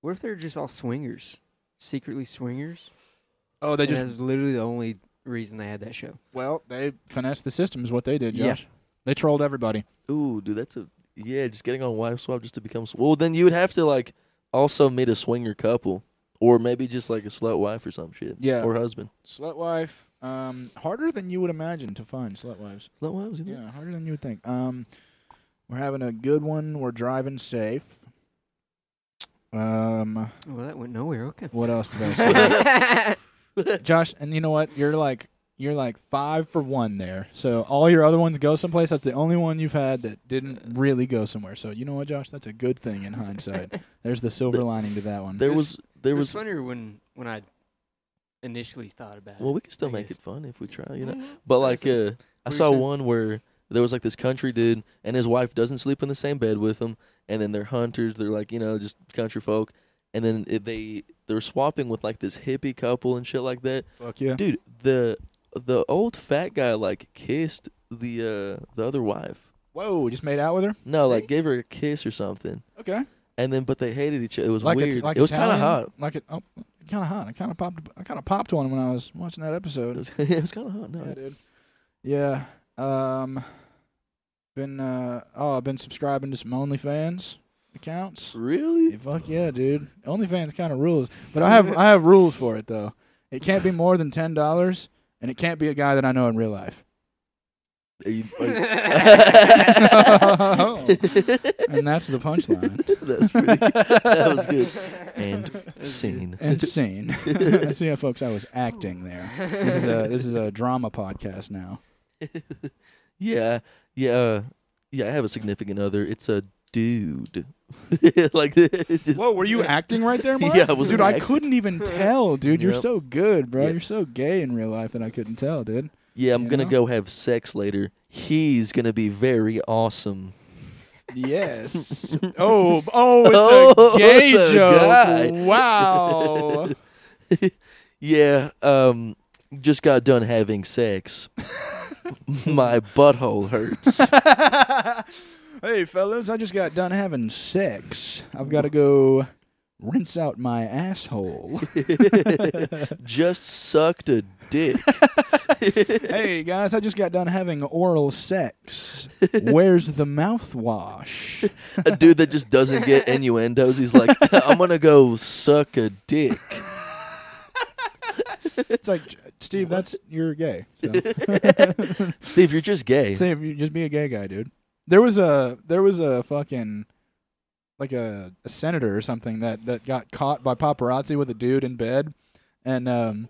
Speaker 3: what if they're just all swingers, secretly swingers?
Speaker 2: Oh, they
Speaker 3: And
Speaker 2: just
Speaker 3: That's literally the only reason they had that show.
Speaker 2: well, they finessed the system is what they did,
Speaker 3: Yeah.
Speaker 2: Josh. They trolled everybody.
Speaker 1: Ooh, dude. That's a yeah. Just getting on wife swap just to become. s- Well, then you would have to like also meet a swinger couple, or maybe just like a slut wife or some shit.
Speaker 2: Yeah.
Speaker 1: Or husband.
Speaker 2: Slut wife, um, harder than you would imagine to find slut wives.
Speaker 1: Slut wives. You know?
Speaker 2: Yeah, harder than you would think. Um, we're having a good one. We're driving safe. Um,
Speaker 3: Well, that went nowhere. Okay.
Speaker 2: what else did I say?
Speaker 3: I
Speaker 2: Josh, and you know what? You're like you're like five for one there. So all your other ones go someplace. That's the only one you've had that didn't really go somewhere. So you know what, Josh? That's a good thing in hindsight. There's the silver lining to that one.
Speaker 1: There
Speaker 3: It
Speaker 1: was.
Speaker 3: was-
Speaker 1: There
Speaker 3: it was
Speaker 1: was.
Speaker 3: funnier when when I initially thought about
Speaker 1: Well,
Speaker 3: it.
Speaker 1: we can still
Speaker 3: I
Speaker 1: make it
Speaker 3: guess.
Speaker 1: fun if we try. You know.
Speaker 3: Mhm.
Speaker 1: But
Speaker 3: That
Speaker 1: like,
Speaker 3: sounds-
Speaker 1: uh, I
Speaker 3: were
Speaker 1: saw
Speaker 3: saying-
Speaker 1: one where there was like this country dude and his wife doesn't sleep in the same bed with him, and then they're hunters. They're like you know just country folk, and then it, they they're swapping with like this hippie couple and shit like that.
Speaker 2: Fuck yeah.
Speaker 1: Dude, the the old fat guy like kissed the uh the other wife.
Speaker 2: Whoa, just made out with her.
Speaker 1: No, like gave her a kiss or something,
Speaker 2: Okay.
Speaker 1: and then but they hated each other. It was
Speaker 2: Like
Speaker 1: weird.
Speaker 2: It, like
Speaker 1: it was kind of
Speaker 2: Italian-
Speaker 1: hot.
Speaker 2: Like it. Oh, kind of hot. I kind of popped. I kind of popped one when I was watching that
Speaker 1: It
Speaker 2: episode.
Speaker 1: was, it was kind of hot. No,
Speaker 2: Yeah, dude. Yeah. Um been uh oh, I've been subscribing to some OnlyFans accounts.
Speaker 1: really?
Speaker 2: Yeah, Fuck yeah, dude. OnlyFans kind of rules, but I have I have rules for it though. It can't be more than ten dollars, and it can't be a guy that I know in real life.
Speaker 1: Are you- are you-
Speaker 2: And that's the punchline.
Speaker 1: That's pretty. uh, That was good. And scene.
Speaker 2: Insane. I see how folks I was acting there. This is a this is a drama podcast now.
Speaker 1: yeah, yeah, uh, yeah. I have a significant other. It's a dude. like it just
Speaker 2: Whoa, were you acting right there, Mark?
Speaker 1: Yeah, I was
Speaker 2: dude. I
Speaker 1: acting.
Speaker 2: couldn't even tell, dude. You're
Speaker 1: Yep.
Speaker 2: so good, bro.
Speaker 1: Yep.
Speaker 2: You're so gay in real life that I couldn't tell, dude.
Speaker 1: yeah. I'm
Speaker 2: you
Speaker 1: gonna
Speaker 2: know?
Speaker 1: go have sex later. He's gonna be very awesome.
Speaker 2: Yes. oh, oh,
Speaker 1: it's a
Speaker 2: it's
Speaker 1: Oh,
Speaker 2: a
Speaker 1: gay
Speaker 2: gay
Speaker 1: it's a joke.
Speaker 2: joke.
Speaker 1: guy.
Speaker 2: Wow.
Speaker 1: Yeah. Um. Just got done having sex. My butthole hurts.
Speaker 2: hey, fellas, I just got done having sex. I've got to go rinse out my asshole.
Speaker 1: just sucked a dick.
Speaker 2: hey, guys, I just got done having oral sex. Where's the mouthwash?
Speaker 1: a dude that just doesn't get innuendos. He's like, I'm gonna go suck a dick.
Speaker 2: It's like, Steve, that's you're gay. So.
Speaker 1: Steve, you're just gay.
Speaker 2: Say if you just be a gay guy, dude. There was a there was a fucking like a, a senator or something that that got caught by paparazzi with a dude in bed, and um,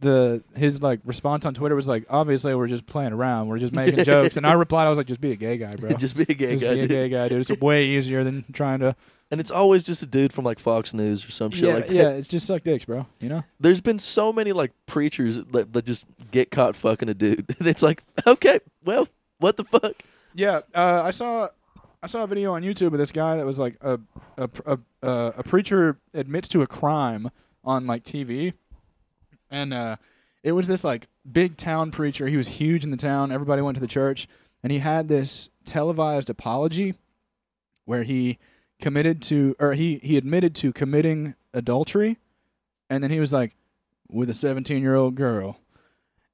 Speaker 2: the his like response on Twitter was like, obviously we're just playing around, we're just making jokes, and I replied, I was like, just be a gay guy, bro.
Speaker 1: just be a gay
Speaker 2: Just
Speaker 1: guy,
Speaker 2: be a
Speaker 1: dude.
Speaker 2: gay guy, dude. It's way easier than trying to.
Speaker 1: and it's always just a dude from like Fox News or some shit
Speaker 2: yeah,
Speaker 1: like that.
Speaker 2: yeah, it's just suck dicks, bro. You know,
Speaker 1: There's been so many like preachers that, that just get caught fucking a dude, and it's like, okay, well, what the fuck?
Speaker 2: Yeah, uh, I saw I saw a video on YouTube of this guy that was like a a pr- a, a, a preacher admits to a crime on like TV, and uh, it was this like big town preacher. He was huge in the town. Everybody went to the church, and he had this televised apology where he committed to or he he admitted to committing adultery, and then he was like with a seventeen year old girl.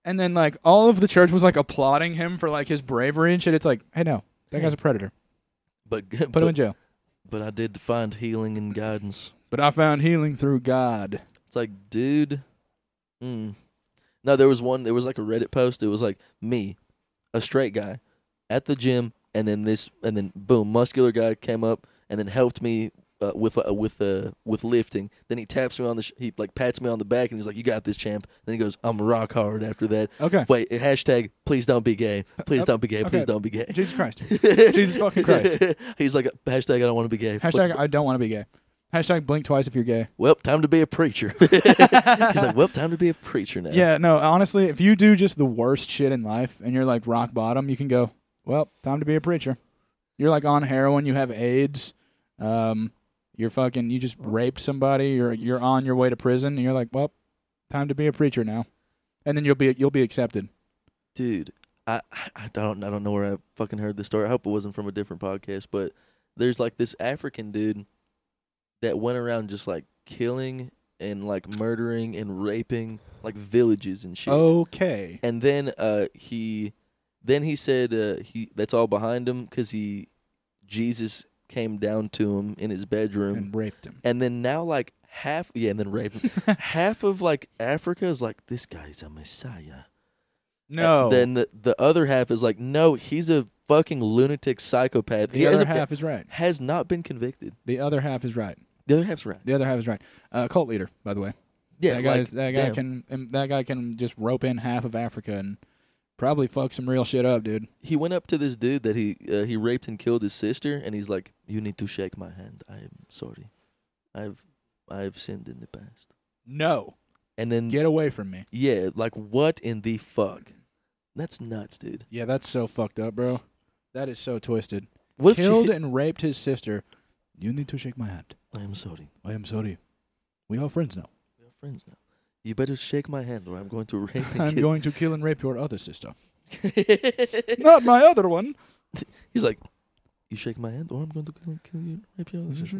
Speaker 2: And then like all of the church was like applauding him for like his bravery and shit. It's like, hey, no, that guy's a predator.
Speaker 1: But
Speaker 2: Put him in
Speaker 1: but,
Speaker 2: jail.
Speaker 1: but I did find healing and guidance.
Speaker 2: But I found healing through God.
Speaker 1: It's like, dude. Mm. No, there was one. There was like a Reddit post. It was like me, a straight guy, at the gym, and then this, and then boom, muscular guy came up and then helped me uh, with uh, with uh, with lifting. Then he taps me on the sh- he like pats me on the back and he's like, "You got this, champ." Then he goes, "I'm rock hard." After that,
Speaker 2: Okay,
Speaker 1: wait, hashtag, please don't be gay. Please don't be gay. Please
Speaker 2: Uh, okay.
Speaker 1: don't be gay.
Speaker 2: Jesus Christ. Jesus fucking Christ.
Speaker 1: he's like, hashtag, I don't want to be gay.
Speaker 2: Hashtag I don't want to be gay. Hashtag blink twice if you're gay.
Speaker 1: Well, time to be a preacher. He's like, well, time to be a preacher now.
Speaker 2: Yeah, no, honestly, if you do just the worst shit in life and you're like rock bottom, you can go, well, time to be a preacher. You're like on heroin, you have AIDS, um, you're fucking, you just raped somebody, you're you're on your way to prison, and you're like, well, time to be a preacher now, and then you'll be you'll be accepted.
Speaker 1: dude. I, I I don't I don't know where I fucking heard this story. I hope it wasn't from a different podcast, but there's like this African dude that went around just like killing and like murdering and raping like villages and shit.
Speaker 2: Oh. Okay.
Speaker 1: and then uh, he then he said uh, he that's all behind him because he Jesus came down to him in his bedroom
Speaker 2: and raped him.
Speaker 1: and then now like half yeah and then raped him. half of like Africa is like this guy's a messiah
Speaker 2: No.
Speaker 1: and then the, the other half is like, no, he's a fucking lunatic psychopath.
Speaker 2: the
Speaker 1: he
Speaker 2: other
Speaker 1: hasn't-
Speaker 2: half is right.
Speaker 1: has not been convicted.
Speaker 2: The other half is right.
Speaker 1: The other half's right.
Speaker 2: The other half is right. Uh, cult leader, by the way.
Speaker 1: Yeah,
Speaker 2: that
Speaker 1: like,
Speaker 2: guy. that guy
Speaker 1: damn.
Speaker 2: can. um, That guy can just rope in half of Africa and probably fuck some real shit up, dude.
Speaker 1: he went up to this dude that he uh, he raped and killed his sister, and he's like, "You need to shake my hand. I am sorry. I've I've sinned in the past."
Speaker 2: No,
Speaker 1: And then
Speaker 2: Mm. get away from me.
Speaker 1: yeah, like what in the fuck? That's nuts, dude.
Speaker 2: Yeah, that's so fucked up, bro. That is so twisted.
Speaker 1: What if she-
Speaker 2: Killed and raped his sister. You need to shake my hand.
Speaker 1: I am sorry.
Speaker 2: I am sorry. We are friends now.
Speaker 1: We are friends now. You better shake my hand, or I'm going to rape and
Speaker 2: I'm
Speaker 1: kill.
Speaker 2: going to kill and rape your other sister.
Speaker 1: you.
Speaker 2: Not my other one.
Speaker 1: he's like, "You shake my hand, or I'm going to kill, kill you, rape your other sister."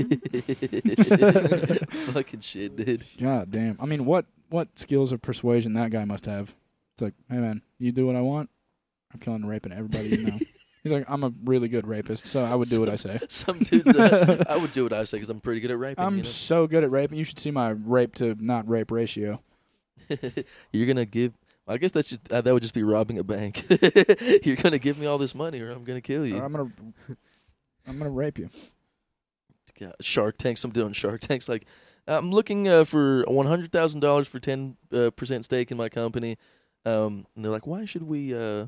Speaker 1: Fucking shit, dude.
Speaker 2: God damn. I mean, what what skills of persuasion that guy must have? It's like, hey man, you do what I want. I'm killing and raping everybody you know. He's like, I'm a really good rapist, so I would do what I say.
Speaker 1: Some dudes, uh, I would do what I say because I'm pretty good at raping.
Speaker 2: I'm
Speaker 1: you
Speaker 2: so good at raping. You should see my rape to not rape ratio.
Speaker 1: know? You're gonna give. I guess that should, uh, that would just be robbing a bank. You're gonna give me all this money, or I'm gonna kill you.
Speaker 2: Or I'm gonna, I'm gonna rape you.
Speaker 1: Yeah, uh, Shark Tank. Some dude on Shark Tank's like, I'm looking uh, for one hundred thousand dollars for ten uh, percent stake in my company. Um, and they're like, why should we? Uh,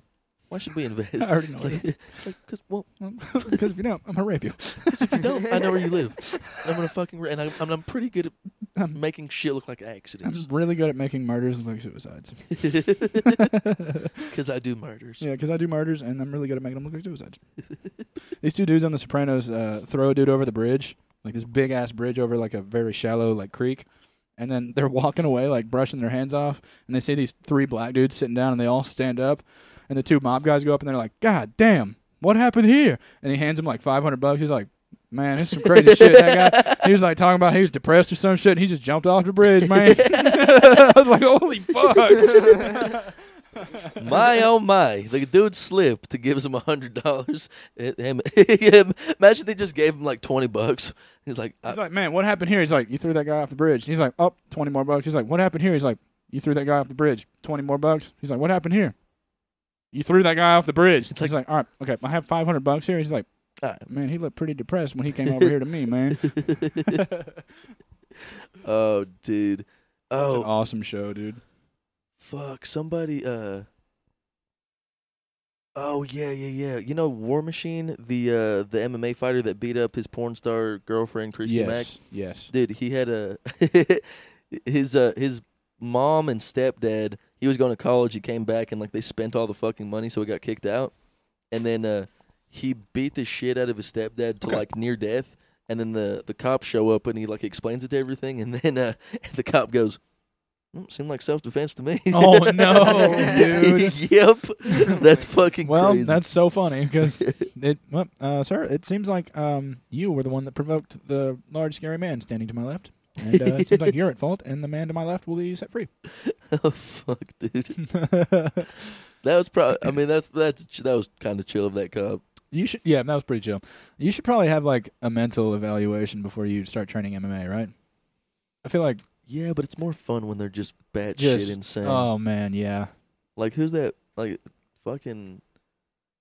Speaker 1: why should we invest?
Speaker 2: I already know
Speaker 1: It's
Speaker 2: what
Speaker 1: like,
Speaker 2: it
Speaker 1: it's like, cause well,
Speaker 2: is. Because if you don't, I'm gonna rape you.
Speaker 1: if you don't, I know where you live. I'm gonna fucking ra- and I'm, I'm, I'm pretty good at
Speaker 2: I'm,
Speaker 1: making shit look like
Speaker 2: I'm
Speaker 1: accidents
Speaker 2: really good at making murders and like suicides.
Speaker 1: because I do murders.
Speaker 2: Yeah, because I do murders and I'm really good at making them look like suicides. These two dudes on The Sopranos uh, throw a dude over the bridge, like this big ass bridge over like a very shallow like creek, and then they're walking away like brushing their hands off, and they see these three black dudes sitting down, and they all stand up, and the two mob guys go up and they're like, "God damn, what happened here?" And he hands him like 500 bucks. He's like. Man, this is some crazy shit. That guy, he was like talking about he was depressed or some shit. And he just jumped off the bridge, man. I was like, holy fuck.
Speaker 1: My oh my! The dude slipped. It gives him a hundred dollars. Eh, him- him- Imagine they just gave him like twenty bucks. He's like, I,
Speaker 2: He's like, man, what happened here? He's like, you threw that guy off the bridge. He's like, up, 20 more bucks. He's like, what happened here? He's like, you threw that guy off the bridge. 20 more bucks. He's like, what happened here? You threw that guy off the bridge.
Speaker 1: It's
Speaker 2: He's like, all right, okay, I have 500 bucks here. He's like,
Speaker 1: All right.
Speaker 2: man, he looked pretty depressed when he came over here to me, man.
Speaker 1: oh, dude.
Speaker 2: Such an
Speaker 1: Oh
Speaker 2: awesome show, dude.
Speaker 1: fuck! Somebody. Uh. Oh yeah, yeah, yeah. You know War Machine, the uh, the MMA fighter that beat up his porn star girlfriend Christy
Speaker 2: yes,
Speaker 1: Mack.
Speaker 2: yes.
Speaker 1: Dude, he had a his uh his mom and stepdad. He was going to college. He came back and like they spent all the fucking money, so he got kicked out. And then uh he beat the shit out of his stepdad to
Speaker 2: Okay.
Speaker 1: like near death. And then the the cops show up and he like explains it to everything. And then uh the cop goes, mm, "Seemed like self defense to me."
Speaker 2: Oh, no, dude.
Speaker 1: yep, uh, that's fucking
Speaker 2: Well,
Speaker 1: crazy.
Speaker 2: that's so funny because it, well, uh, sir, it seems like um, you were the one that provoked the large, scary man standing to my left, and uh, it seems like you're at fault, and the man to my left will be set free.
Speaker 1: oh fuck, dude. That was probably. I mean, that's that's that was kind of chill of that cop.
Speaker 2: you should, yeah, that was pretty chill. You should probably have like a mental evaluation before you start training MMA, right? I feel like,
Speaker 1: Yeah, but it's more fun when they're just batshit
Speaker 2: Just-
Speaker 1: insane.
Speaker 2: oh man, yeah,
Speaker 1: like who's that? Like fucking.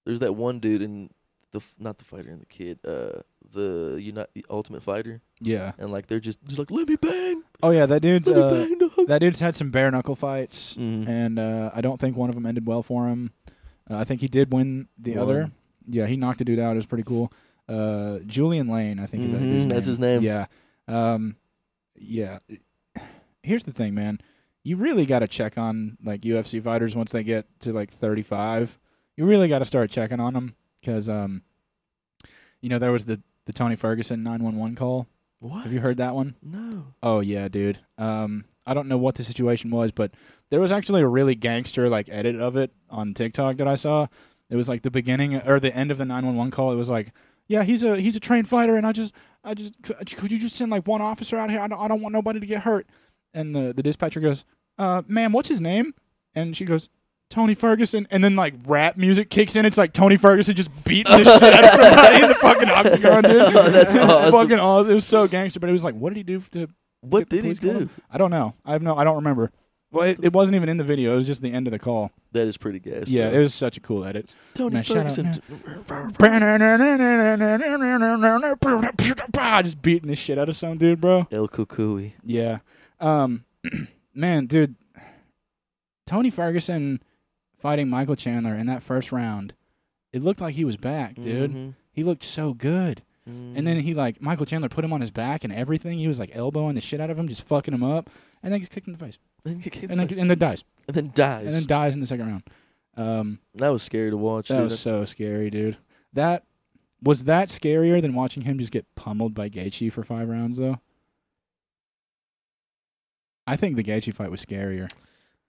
Speaker 1: There's that one dude in the f- not the fighter and the kid, uh, the Uni- Ultimate Fighter,
Speaker 2: yeah.
Speaker 1: and like they're just just like let me bang,
Speaker 2: Oh yeah, that dude's
Speaker 1: let
Speaker 2: uh,
Speaker 1: me bang. Dog.
Speaker 2: that dude's had some bare knuckle fights,
Speaker 1: Mhm.
Speaker 2: and uh, I don't think one of them ended well for him. Uh, I think he did win the other.
Speaker 1: One.
Speaker 2: Yeah, he knocked a dude out. It was pretty cool. Uh, Julian Lane, I think is that
Speaker 1: Mhm,
Speaker 2: dude's
Speaker 1: that's
Speaker 2: name.
Speaker 1: his name.
Speaker 2: Yeah, um, yeah. Here's the thing, man. You really got to check on like UFC fighters once they get to like 35. You really got to start checking on them because, um, you know, there was the the Tony Ferguson 911 call.
Speaker 1: What
Speaker 2: Have you heard that one?
Speaker 1: No.
Speaker 2: Oh yeah, dude. Um, I don't know what the situation was, but there was actually a really gangster like edit of it on TikTok that I saw. It was like the beginning or the end of the nine one one call. It was like, yeah, he's a he's a trained fighter, and I just I just could, could you just send like one officer out here? I don't, I don't want nobody to get hurt. And the the dispatcher goes, uh, ma'am, what's his name? And she goes. Tony Ferguson, and then like rap music kicks in. It's like Tony Ferguson just beating the shit out of somebody in the fucking octagon, dude.
Speaker 1: Oh, that's
Speaker 2: It's
Speaker 1: awesome.
Speaker 2: fucking awesome. It was so gangster, but it was like, what did he do to
Speaker 1: What did
Speaker 2: the
Speaker 1: he
Speaker 2: police called
Speaker 1: do?
Speaker 2: him? I don't know. I have no. I don't remember. Well, it, it wasn't even in the video. It was just the end of the call.
Speaker 1: That is pretty gas.
Speaker 2: yeah,
Speaker 1: though.
Speaker 2: it was such a cool edit.
Speaker 1: Tony
Speaker 2: Man, shout out,
Speaker 1: Ferguson.
Speaker 2: Just beating the shit out of some dude, bro.
Speaker 1: El Cucuy.
Speaker 2: Yeah. Um, man, dude, Tony Ferguson fighting Michael Chandler in that first round. It looked like he was back, dude.
Speaker 1: Mhm.
Speaker 2: He looked so good. And then he like Michael Chandler put him on his back and everything. He was like elbowing the shit out of him, just fucking him up, and then gets kicked in the face,
Speaker 1: Mm-hmm. and, then,
Speaker 2: and then and then dies,
Speaker 1: and then dies.
Speaker 2: and then dies in the second round. Um,
Speaker 1: that was scary to watch.
Speaker 2: that
Speaker 1: dude.
Speaker 2: was so scary, dude. That was that scarier than watching him just get pummeled by Gaethje for five rounds, though. I think the Gaethje fight was scarier.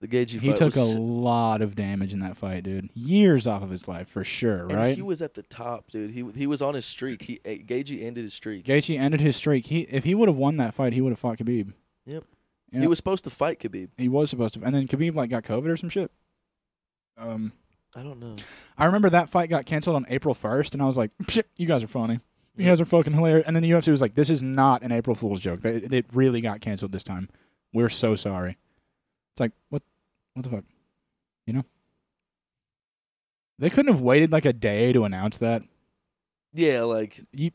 Speaker 1: the Gagey
Speaker 2: He
Speaker 1: fight
Speaker 2: took a
Speaker 1: was
Speaker 2: lot of damage in that fight, dude. Years off of his life for sure,
Speaker 1: And
Speaker 2: right?
Speaker 1: he was at the top, dude. He he was on his streak. He eh, Gagey ended his streak.
Speaker 2: Gaethje ended his streak. He if he would have won that fight, he would have fought Khabib.
Speaker 1: Yep.
Speaker 2: Yeah.
Speaker 1: He was supposed to fight Khabib.
Speaker 2: He was supposed to, and then Khabib like got COVID or some shit. Um,
Speaker 1: I don't know.
Speaker 2: I remember that fight got canceled on April first, and I was like, "Shit, you guys are funny. You guys are fucking hilarious." And then the UFC was like, "This is not an April Fool's joke. They- It, really got canceled this time. We're so sorry." It's like what, what the fuck, you know? They couldn't have waited like a day to announce that.
Speaker 1: Yeah, like
Speaker 2: Do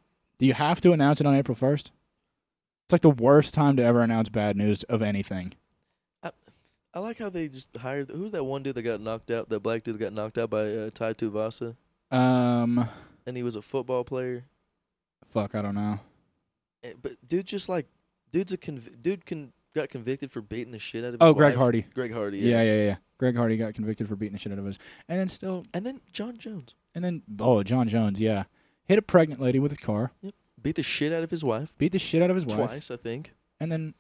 Speaker 2: you have to announce it on April first? It's like the worst time to ever announce bad news of anything.
Speaker 1: I like how they just hired. Who's that one dude that got knocked out? That black dude that got knocked out by uh, Tai Tuivasa,
Speaker 2: Um,
Speaker 1: and he was a football player.
Speaker 2: fuck, I don't know.
Speaker 1: Eh, But dude, just like dude's a conv- dude can got convicted for beating the shit out of.
Speaker 2: Oh,
Speaker 1: his
Speaker 2: Greg
Speaker 1: wife.
Speaker 2: Hardy.
Speaker 1: Greg Hardy. Yeah.
Speaker 2: Yeah, yeah, yeah. yeah. Greg Hardy got convicted for beating the shit out of us, and then still,
Speaker 1: And then John Jones
Speaker 2: and then oh, John Jones, yeah, hit a pregnant lady with his car,
Speaker 1: beat the shit out of his wife
Speaker 2: beat the shit out of his wife,
Speaker 1: twice, I think.
Speaker 2: and then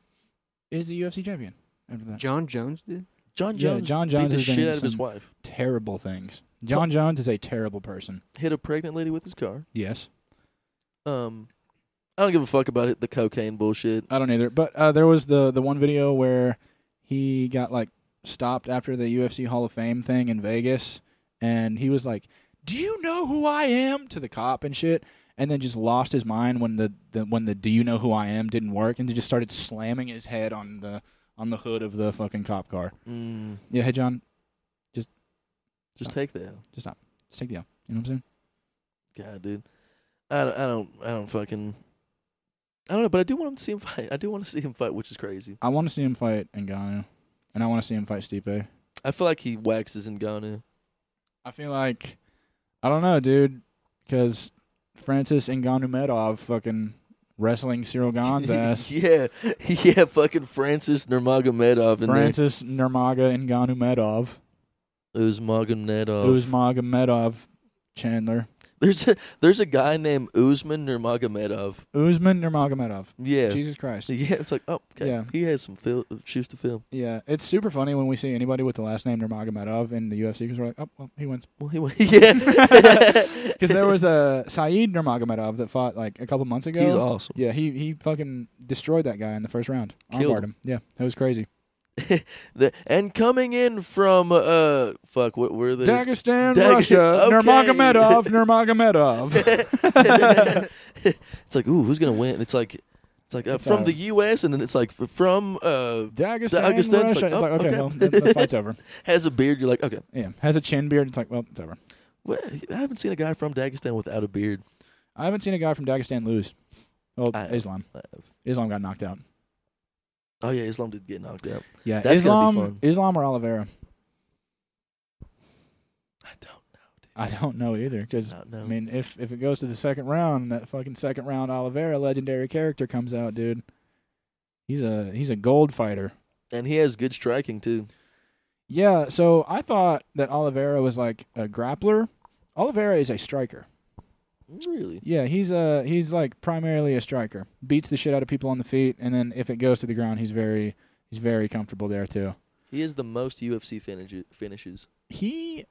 Speaker 2: is a UFC champion after that.
Speaker 3: John Jones did.
Speaker 1: John
Speaker 2: Yeah,
Speaker 1: Jones.
Speaker 2: John
Speaker 1: beat
Speaker 2: Jones
Speaker 1: the
Speaker 2: has been
Speaker 1: shit
Speaker 2: in
Speaker 1: out of his
Speaker 2: some-
Speaker 1: wife.
Speaker 2: Terrible things. John Jones is a terrible person.
Speaker 1: Hit a pregnant lady with his car.
Speaker 2: Yes,
Speaker 1: Um, I don't give a fuck about it. The cocaine bullshit.
Speaker 2: I don't either. But uh, there was the the one video where he got like stopped after the UFC Hall of Fame thing in Vegas, and he was like, "Do you know who I am?" to the cop and shit, and then just lost his mind when the, the when the "Do you know who I am?" didn't work, and he just started slamming his head on the on the hood of the fucking cop car.
Speaker 1: Mm,
Speaker 2: Yeah, hey John,
Speaker 1: just take that.
Speaker 2: just stop, just take the L. You know what I'm saying?
Speaker 1: God, dude. I don't, I don't, I don't fucking. I don't know, but I do want him to see him fight. I do want to see him fight, which is crazy.
Speaker 2: I want to see him fight Ngannou, and I want to see him fight Stipe.
Speaker 1: I feel like he waxes Ngannou.
Speaker 2: I feel like I don't know, dude, because Francis Ngannou Medov fucking wrestling Cyril Gaon's ass.
Speaker 1: yeah, yeah, fucking Francis Nurmagomedov in
Speaker 2: Francis Nurmaga Ngannou Medov,
Speaker 1: there. Uzmagomedov.
Speaker 2: Uzmaga Medov, Chandler,
Speaker 1: There's a there's a guy named Uzman Nurmagomedov.
Speaker 2: Uzman Nurmaga Medov.
Speaker 1: Yeah,
Speaker 2: Jesus Christ.
Speaker 1: yeah. It's like, oh, okay.
Speaker 2: Yeah.
Speaker 1: He has some fil- shoes to fill.
Speaker 2: Yeah, it's super funny when we see anybody with the last name Nurmagomedov in the UFC because we're like, oh, well, he wins.
Speaker 1: Well, he went. Yeah,
Speaker 2: Because there was a Saeed Nurmagomedov that fought like a couple months ago.
Speaker 1: he's awesome.
Speaker 2: Yeah, he he fucking destroyed that guy in the first round.
Speaker 1: Killed
Speaker 2: Armbarred him. Yeah, that was crazy.
Speaker 1: The- and coming in from uh, fuck, what were they?
Speaker 2: Dagestan,
Speaker 1: Dag-
Speaker 2: Russia,
Speaker 1: okay.
Speaker 2: Nurmagomedov, Nurmagomedov.
Speaker 1: it's like, ooh, who's gonna win? It's like, it's like uh,
Speaker 2: It's,
Speaker 1: from
Speaker 2: uh,
Speaker 1: the U.S. and then it's like from uh,
Speaker 2: Dagestan,
Speaker 1: Dagestan, it's like,
Speaker 2: Russia. It's
Speaker 1: oh,
Speaker 2: like, okay,
Speaker 1: okay.
Speaker 2: well, that, that fight's over.
Speaker 1: has a beard. You're like, okay,
Speaker 2: Yeah, has a chin beard. It's like, well, it's over.
Speaker 1: well, I haven't seen a guy from Dagestan without a beard.
Speaker 2: I haven't seen a guy from Dagestan lose. Well,
Speaker 1: I have.
Speaker 2: Islam.
Speaker 1: I have.
Speaker 2: Islam got knocked out.
Speaker 1: Oh yeah, Islam did get knocked out.
Speaker 2: Yeah,
Speaker 1: That's gonna
Speaker 2: Islam,
Speaker 1: be fun.
Speaker 2: Islam or Oliveira.
Speaker 1: I don't
Speaker 2: I don't know either because
Speaker 1: know. Dude. I don't know.
Speaker 2: I mean, if if it goes to the second round, that fucking second round Oliveira legendary character comes out, dude. He's a he's a gold fighter.
Speaker 1: and he has good striking too.
Speaker 2: Yeah, so I thought that Oliveira was like a grappler. Oliveira is a striker.
Speaker 1: Really?
Speaker 2: Yeah, he's uh he's like primarily a striker. Beats the shit out of people on the feet, and then if it goes to the ground, he's very he's very comfortable there too.
Speaker 1: He has the most UFC finish- finishes.
Speaker 2: He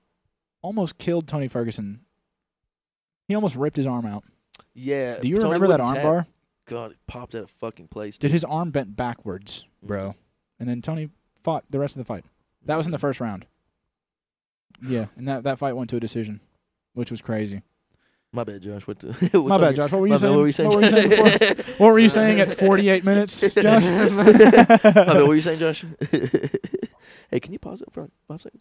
Speaker 2: almost killed Tony Ferguson. He almost ripped his arm out.
Speaker 1: Yeah.
Speaker 2: Do you
Speaker 1: Uh, Tony
Speaker 2: remember that
Speaker 1: wouldn't tap.
Speaker 2: armbar?
Speaker 1: God, it popped out of fucking place.
Speaker 2: Dude,
Speaker 1: dude.
Speaker 2: his arm bent backwards,
Speaker 1: Mm.
Speaker 2: bro. And then Tony fought the rest of the fight. That was in
Speaker 1: Mm.
Speaker 2: the first round. Yeah, and that, that fight went to a decision, which was crazy.
Speaker 1: My bad, Josh. What? To,
Speaker 2: My bad, Josh. What were you
Speaker 1: My bad.
Speaker 2: saying?
Speaker 1: What were you saying?
Speaker 2: What were you saying, before? What were you saying at 48 minutes, Josh?
Speaker 1: My bad, what were you saying, Josh? hey, can you pause it for like five seconds?